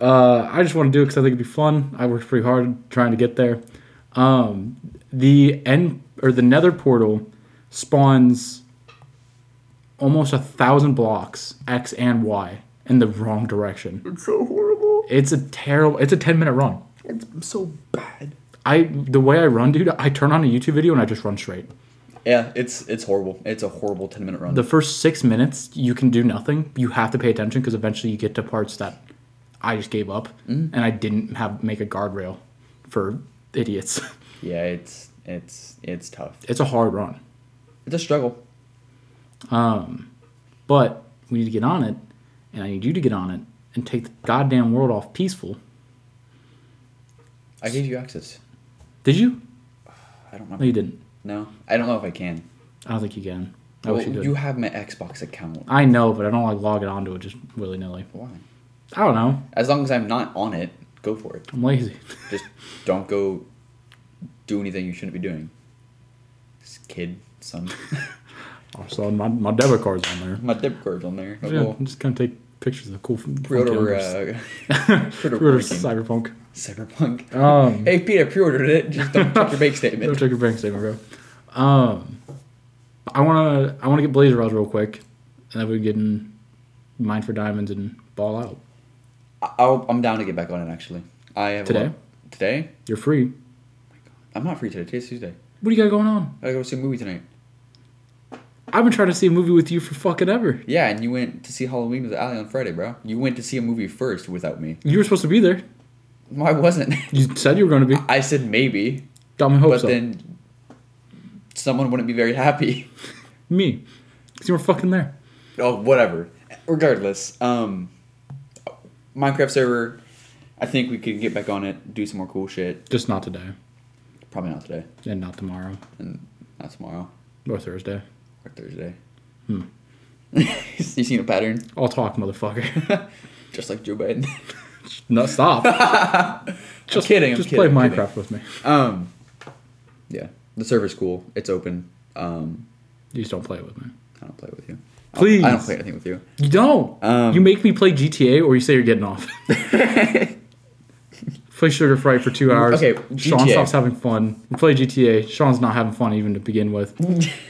uh, I just want to do it because I think it'd be fun. I worked pretty hard trying to get there. Um, the end or the Nether portal spawns almost a thousand blocks X and Y in the wrong direction. It's so horrible. It's a terrible. It's a ten minute run. It's so bad. I the way I run, dude. I turn on a YouTube video and I just run straight. Yeah, it's it's horrible. It's a horrible ten-minute run. The first six minutes, you can do nothing. You have to pay attention because eventually you get to parts that I just gave up Mm. and I didn't have make a guardrail for idiots. yeah, it's it's it's tough. it's a hard run, Um, It's a struggle. but we need to get on it, and I need you to get on it and take the goddamn world off peaceful. I gave you access. Did you? I I don't No, know. you didn't. No, I don't know if I can. I don't think you can. I Well, wish you you, could. have my Xbox account. I know, but I don't like logging onto it just willy nilly. Why? I don't know. As long as I'm not on it, go for it. I'm lazy. Just don't go do anything you shouldn't be doing. This kid, son. Also, my, my debit card's on there. my debit card's on there. yeah, Well, I'm just gonna take pictures of the cool f- pre-order, funky uh, numbers. pre-order Pre-order Cyberpunk. Cyberpunk. Cyberpunk. Um, Hey Peter, pre-ordered it. Just don't check your bank Go statement. check your bank statement, bro. Um, I wanna I wanna get Blazer Rods real quick, and then we get in Mine for Diamonds and Ball Out. I- I'll, I'm down to get back on it. Actually, I have a Today? lot- Today, You're free. I'm not free today. Today's Tuesday. What do you got going on? I gotta go see a movie tonight. I've been trying to see a movie with you for fucking ever. Yeah, and you went to see Halloween with Ali on Friday, bro. You went to see a movie first without me. You were supposed to be there. No, I wasn't. You said you were going to be. I said maybe, Got my but hopes up. then someone wouldn't be very happy. Me, because you were fucking there. oh, whatever. Regardless, um, Minecraft server. I think we could get back on it, do some more cool shit. Just not today, Probably not today, and not tomorrow and not tomorrow or Thursday. or Thursday. Hmm. you seen a pattern, I'll talk, motherfucker. just like Joe Biden. no, stop. just kidding, I'm Just kidding, play I'm kidding. Minecraft with me. um, yeah, the server's cool. It's open. Um, You just don't play it with me. I don't play with you. Please. I don't play anything with you. You don't. Um, you make me play GTA, or you say you're getting off. play Sugar Fright for two hours. Okay, Sean GTA. stops having fun. We play GTA. Sean's not having fun even to begin with.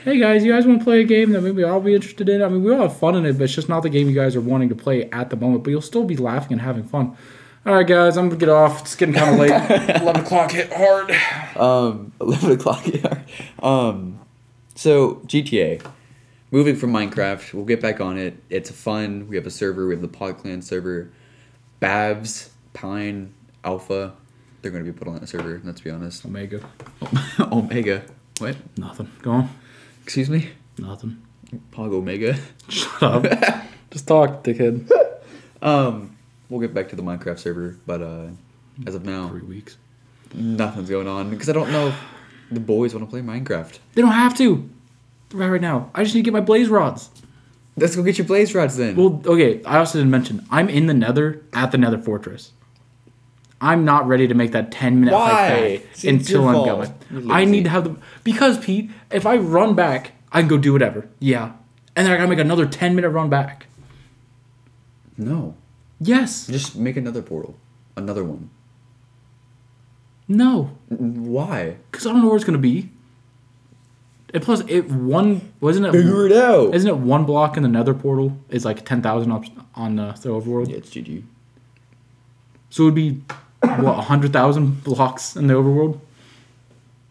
hey guys, you guys want to play a game that maybe I'll be interested in? I mean, we all have fun in it, but it's just not the game you guys are wanting to play at the moment. But you'll still be laughing and having fun. All right, guys, I'm gonna get off. It's getting kind of late. Eleven o'clock hit hard. Um, eleven o'clock. Yeah. Um, so GTA, moving from Minecraft, we'll get back on it. It's fun. We have a server. We have the Pod Clan server. Babs, Pine, Alpha, they're going to be put on that server. Let's be honest. Omega, Omega. What? nothing. Go on, Excuse me. nothing. Pog Omega. Shut up. just talk, dickhead. Um, we'll get back to the Minecraft server, but uh, as of now, Three weeks. nothing's going on because I don't know if the boys want to play Minecraft. They don't have to. Right, right now. I just need to get my blaze rods. Let's go get your blaze rods then. Well, okay. I also didn't mention I'm in the Nether at the Nether Fortress. I'm not ready to make that 10 minute Why? hike back It's until your I'm fault. going. You're I lazy. need to have the because Pete. If I run back, I can go do whatever. Yeah, and then I gotta make another 10 minute run back. no. Yes. Just make another portal. Another one. No. N- Why? Because I don't know where it's gonna be. And plus, it one wasn't it. Figure it out. Isn't it one block in the Nether portal is like 10,000 up on uh, the overworld? Yeah, it's GG. So it would be what hundred thousand blocks in the overworld.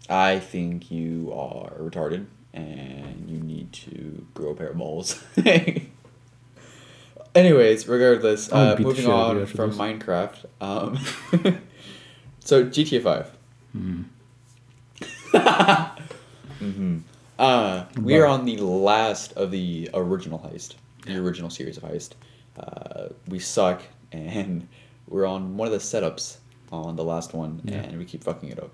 I think you are retarded and you need to grow a pair of balls. Anyways, regardless, I'll uh, beat the moving shit out of you on after from this. Minecraft. Um, so GTA 5. Mhm. Uh, we are on the last of the original heist, the original series of heist. Uh, we suck, and we're on one of the setups on the last one, Yeah. and we keep fucking it up.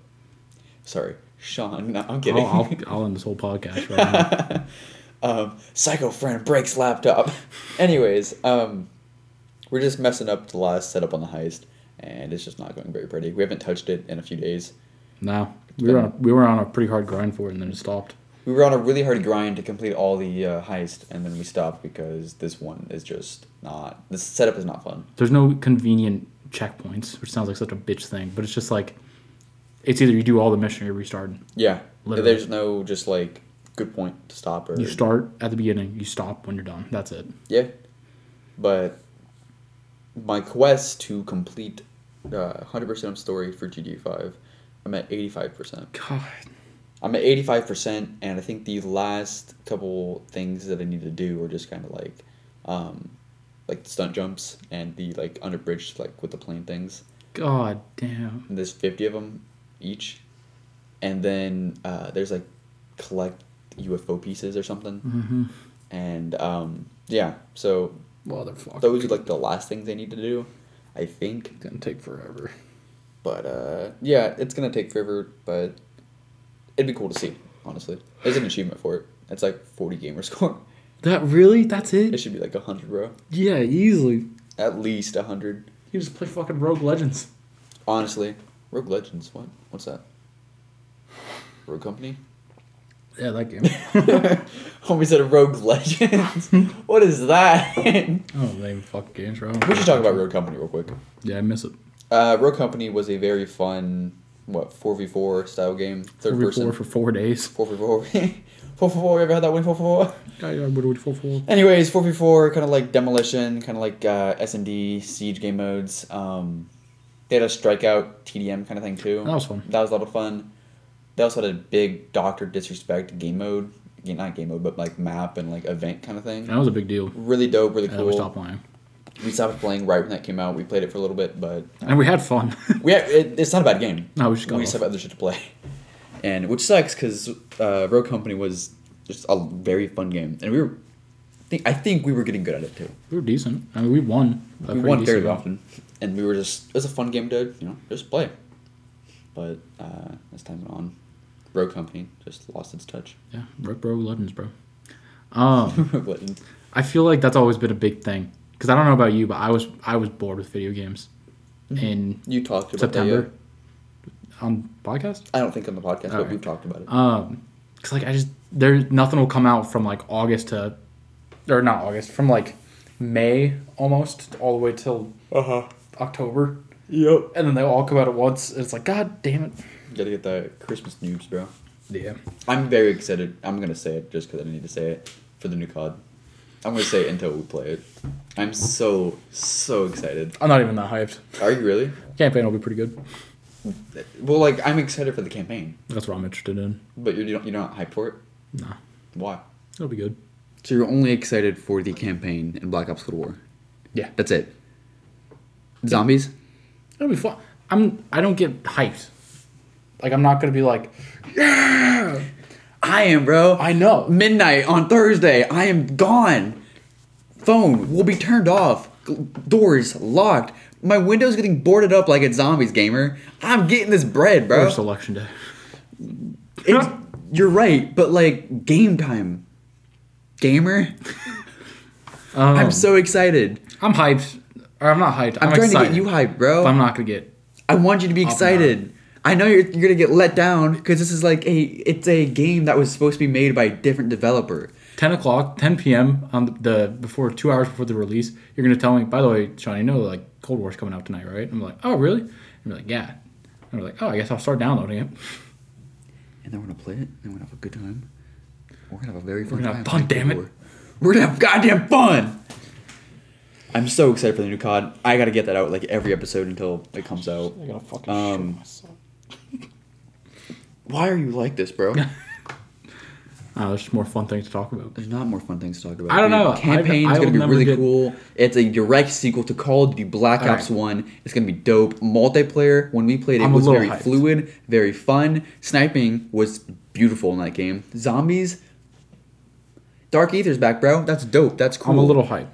Sorry, Sean. No, I'm I'll, kidding. Oh, I'll, I'll end this whole podcast right now. um, psycho friend breaks laptop. Anyways, um, we're just messing up the last setup on the heist, and it's just not going very pretty. We haven't touched it in a few days. No, we were on a, we were on a pretty hard grind for it, and then it stopped. We were on a really hard grind to complete all the uh, heist, and then we stopped because this one is just not. This setup is not fun. There's no convenient checkpoints, which sounds like such a bitch thing, but it's just like it's either you do all the mission or you restart. Yeah, Literally. there's no just like good point to stop or You start at the beginning, you stop when you're done. That's it. yeah. But my quest to complete uh, 100% of story for GD 5 I'm at 85%. God, I'm at 85%, and I think the last couple things that I need to do are just kind of like, um, like stunt jumps and the like underbridge like with the plane things. God damn. And there's 50 of them each, and then uh, there's like collect UFO pieces or something, Mm-hmm. and um, yeah. So Motherfucker. those are like the last things I need to do, I think. gonna take forever. But uh, yeah, it's gonna take forever, but it'd be cool to see. Honestly, there's an achievement for it. It's like 40 gamer score. That really? That's It it? should be like 100, bro. Yeah, easily. At least 100. You just play fucking Rogue Legends. Honestly, Rogue Legends. What? What's that? Rogue Company. Yeah, that game. Homie said Rogue Legends. what is that? we oh, they fuck games, bro. should talk about Rogue Company real quick. Yeah, I miss it. Uh, Rogue Company was a very fun, what four v four style game, third Four person. four for four days. Four v four. Four v four. You ever had that win? Four v four. Yeah, yeah, what are we four for? Anyways, four v four, kind of like demolition, kind of like uh, S and D siege game modes. Um, they had a strikeout TDM kind of thing too. That was fun. That was a lot of fun. They also had a big Doctor Disrespect game mode. Yeah, not game mode, but like map and like event kind of thing. That was a big deal. Really dope, really Yeah, cool. we stopped playing. we stopped playing right when that came out. We played it for a little bit, but And we had fun. we had, it, it's not a bad game. No, we just got we just off. have other shit to play, and which sucks because uh, Rogue Company was just a very fun game, and we were. I think, I think we were getting good at it too. we were decent. I mean, we won. we a Uh, pretty won decent fairly amount. often, and we were just it was a fun game to you know just play. But uh, as time went on, Rogue Company just lost its touch. Yeah, Rogue Bro Legends, bro. Um, Rogue Legends. I feel like that's always been a big thing. Because I don't know about you, but I was I was bored with video games in You talked Mm-hmm. about That, September yeah. on podcast. I don't think on the podcast, but Alright. we've talked about it. Um, cause like I just there nothing will come out from like August to, or not August from like May almost all the way till Uh huh. October, Yep. and then they all come out at once. And it's like God damn it. Gotta get the Christmas noobs, bro. Yeah. I'm very excited. I'm gonna say it just because I need to say it for the new COD. I'm gonna say it until we play it. I'm so so excited. I'm not even that hyped. Are you really? Campaign will be pretty good. Well, like I'm excited for the campaign, That's what I'm interested in. but you're you're not hyped for it. Nah, Why? it'll be good. So you're only excited for the campaign in Black Ops Cold War. Yeah. That's it. Zombies. It'll be fun. I'm. I don't get hyped. Like I'm not gonna be like. I am, bro. I know. Midnight on Thursday. I am gone. Phone will be turned off. G- Doors locked. My window's getting boarded up like a zombies gamer. I'm getting this bread, bro. First election day. It's- you're right, but like game time, gamer. Um, I'm I'm, so excited. hyped. Or I'm not hyped. I'm, I'm, trying excited. to get you hyped, bro. But I'm not gonna get. I want you to be and excited. I know you're, you're gonna get let down because this is like a it's a game that was supposed to be made by a different developer. 10 o'clock, 10 p.m. on the, the before two hours before the release, you're gonna tell me. By the way, Sean, you know like Cold War's coming out tonight, right? I'm like, oh really? And you're like, yeah. And I'm like, oh, I guess I'll start downloading it. And then we're gonna play it. And we're gonna have a good time. We're gonna have a very fun gonna have time fun, damn it. We're- We're gonna have goddamn fun. I'm so excited for the new COD. I gotta get that out like every episode until it comes out. I gotta fucking Um, shoot myself. Why are you like this, bro? Oh, there's just more fun things to talk about. There's not more fun things to talk about. I don't know. I- Campaign's I gonna will be never really get- cool. It's a direct sequel to Call of Duty Black All Ops right. One. It's gonna be dope. Multiplayer. When we played it, I'm a was little very hyped. fluid, very fun. Sniping was beautiful in that game. Zombies. Dark Aether's back, bro. That's dope. That's cool. I'm a little hyped.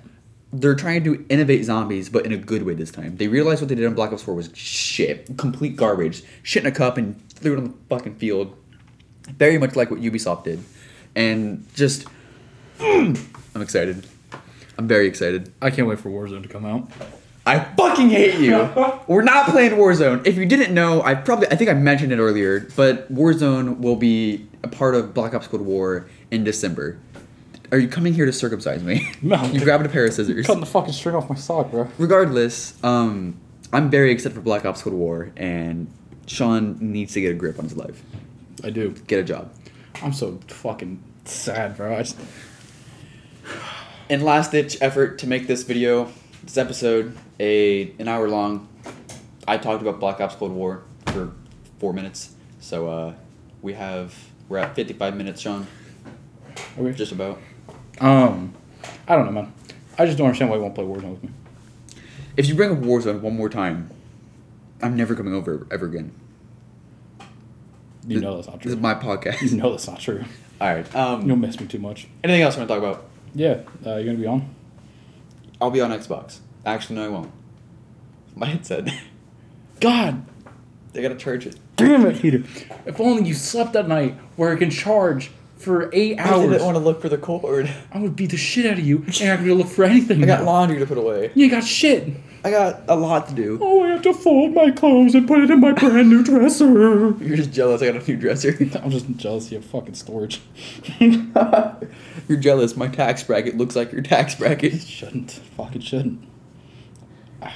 They're trying to innovate zombies, but in a good way this time. They realized what they did in Black Ops Four was shit, complete garbage, shit in a cup, and threw it on the fucking field. Very much like what Ubisoft did, and just. I'm excited. I'm very excited. I can't wait for Warzone to come out. I fucking hate you. We're not playing Warzone. If you didn't know, I probably I think I mentioned it earlier, but Warzone will be a part of Black Ops Cold War in December. Are you coming here to circumcise me? No. you grabbed a pair of scissors. Cutting the fucking string off my sock, bro. Regardless, um, I'm very excited for Black Ops Cold War, and Sean needs to get a grip on his life. I do. Get a job. I'm so fucking sad, bro. I just, in last ditch effort to make this video, this episode, a an hour long, I talked about Black Ops Cold War for four minutes. So uh, we have we're at fifty five minutes, Sean. okay. Just about. um, I don't know, man. I just don't understand why you won't play Warzone with me. If you bring up Warzone one more time, I'm never coming over ever again. You know that's not This is true. my You podcast. know that's not true. All right. Um, You'll miss me too much. Anything else you want to talk about? Yeah, uh, you're gonna be on. I'll be on Xbox. Actually, no, I won't. My headset. God They gotta charge it. Damn it, Peter. If only you slept that night where it can charge for eight I hours. didn't want to look for the cord. I would beat the shit out of you and I'm gonna look for anything. I got now. laundry to put away. You got shit. I got a lot to do. Oh, I have to fold my clothes and put it in my brand new dresser. You're just jealous. I got a new dresser. I'm just jealous you have fucking storage. You're jealous. My tax bracket looks like your tax bracket. shouldn't. Fucking shouldn't. Ah.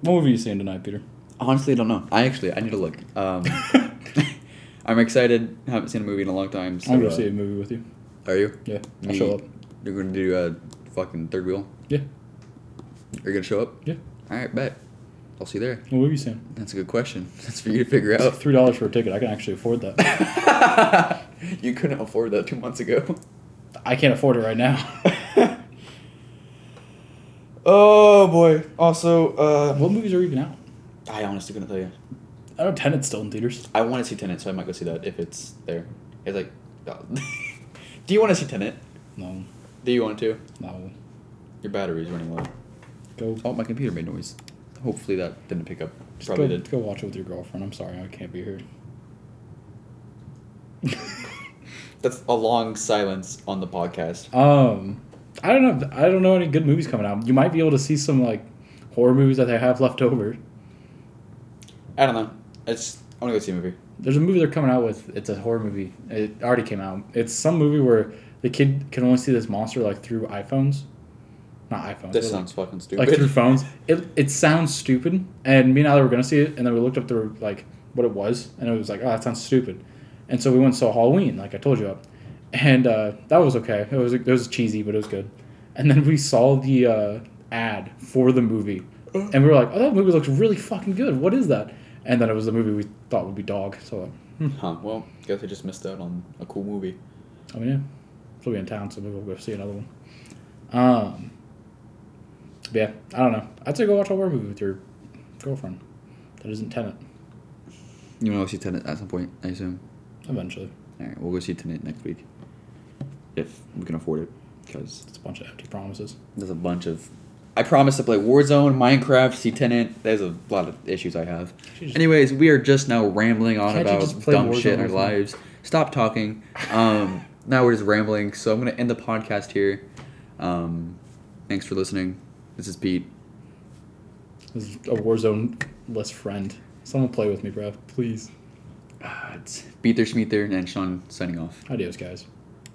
What movie are you seeing tonight, Peter? Honestly, I don't know. I actually, I need to look. Um, I'm excited. I haven't seen a movie in a long time. So, I'm gonna uh, see a movie with you. Are you? Yeah, I'll You- show up. You're gonna do a fucking third wheel. Yeah, You're gonna show up. yeah. All right, bet. I'll see you there. What movie are you seeing? That's a good question. That's for you to figure It's out. Three dollars for a ticket. I can actually afford that. you couldn't afford that two months ago. I can't afford it right now. oh boy. Also, uh, what movies are even out? I honestly couldn't tell you. I know Tenet's still in theaters. I want to see Tenant, so I might go see that if it's there. It's like, oh. do you want to see Tenant? No, Do you want to? no. Your battery's running low. Go. Oh, my computer made noise. Hopefully that didn't pick up. Just Probably go, did. go watch it with your girlfriend. I'm sorry, I can't be here. That's a long silence on the podcast. Um, I don't know. I don't know any good movies coming out. You might be able to see some like horror movies that they have left over. I don't know. It's I want to go see a movie. There's a movie they're coming out with. It's a horror movie. It already came out. It's some movie where the kid can only see this monster like through iPhones, not iPhones. This but, like, sounds fucking like through stupid. phones. It it sounds stupid. And me and I were gonna see it, and then we looked up the like what it was, and it was like, oh, that sounds stupid. And so we went and saw Halloween, like I told you about, and uh, that was okay. It was it was cheesy, but it was good. And then we saw the uh, ad for the movie, and we were like, oh, that movie looks really fucking good. What is that? And then it was the movie we thought would be dog. So like, huh. Well, guess I just missed out on a cool movie. I mean, Oh, yeah, still be in town, so maybe we'll go see another one. Um, but yeah, I don't know. I'd say go watch a horror movie with your girlfriend. That isn't Tenant. You want to see Tenant at some point, I assume. Eventually, All right, we'll go see Tenant next week if we can afford it, because it's a bunch of empty promises. there's a bunch of. I promise to play Warzone, Minecraft, see Tenant. There's a lot of issues I have. She just- Anyways, we are just now rambling on Can't you about just play dumb Warzone shit in our with me? lives. Stop talking. Um, now we're just rambling, so I'm gonna end the podcast here. Um, thanks for listening. This is Pete. This is a Warzone less friend. Someone play with me, bruv. Please. Uh, it's Beather Schmeether and Sean signing off. Adios, guys.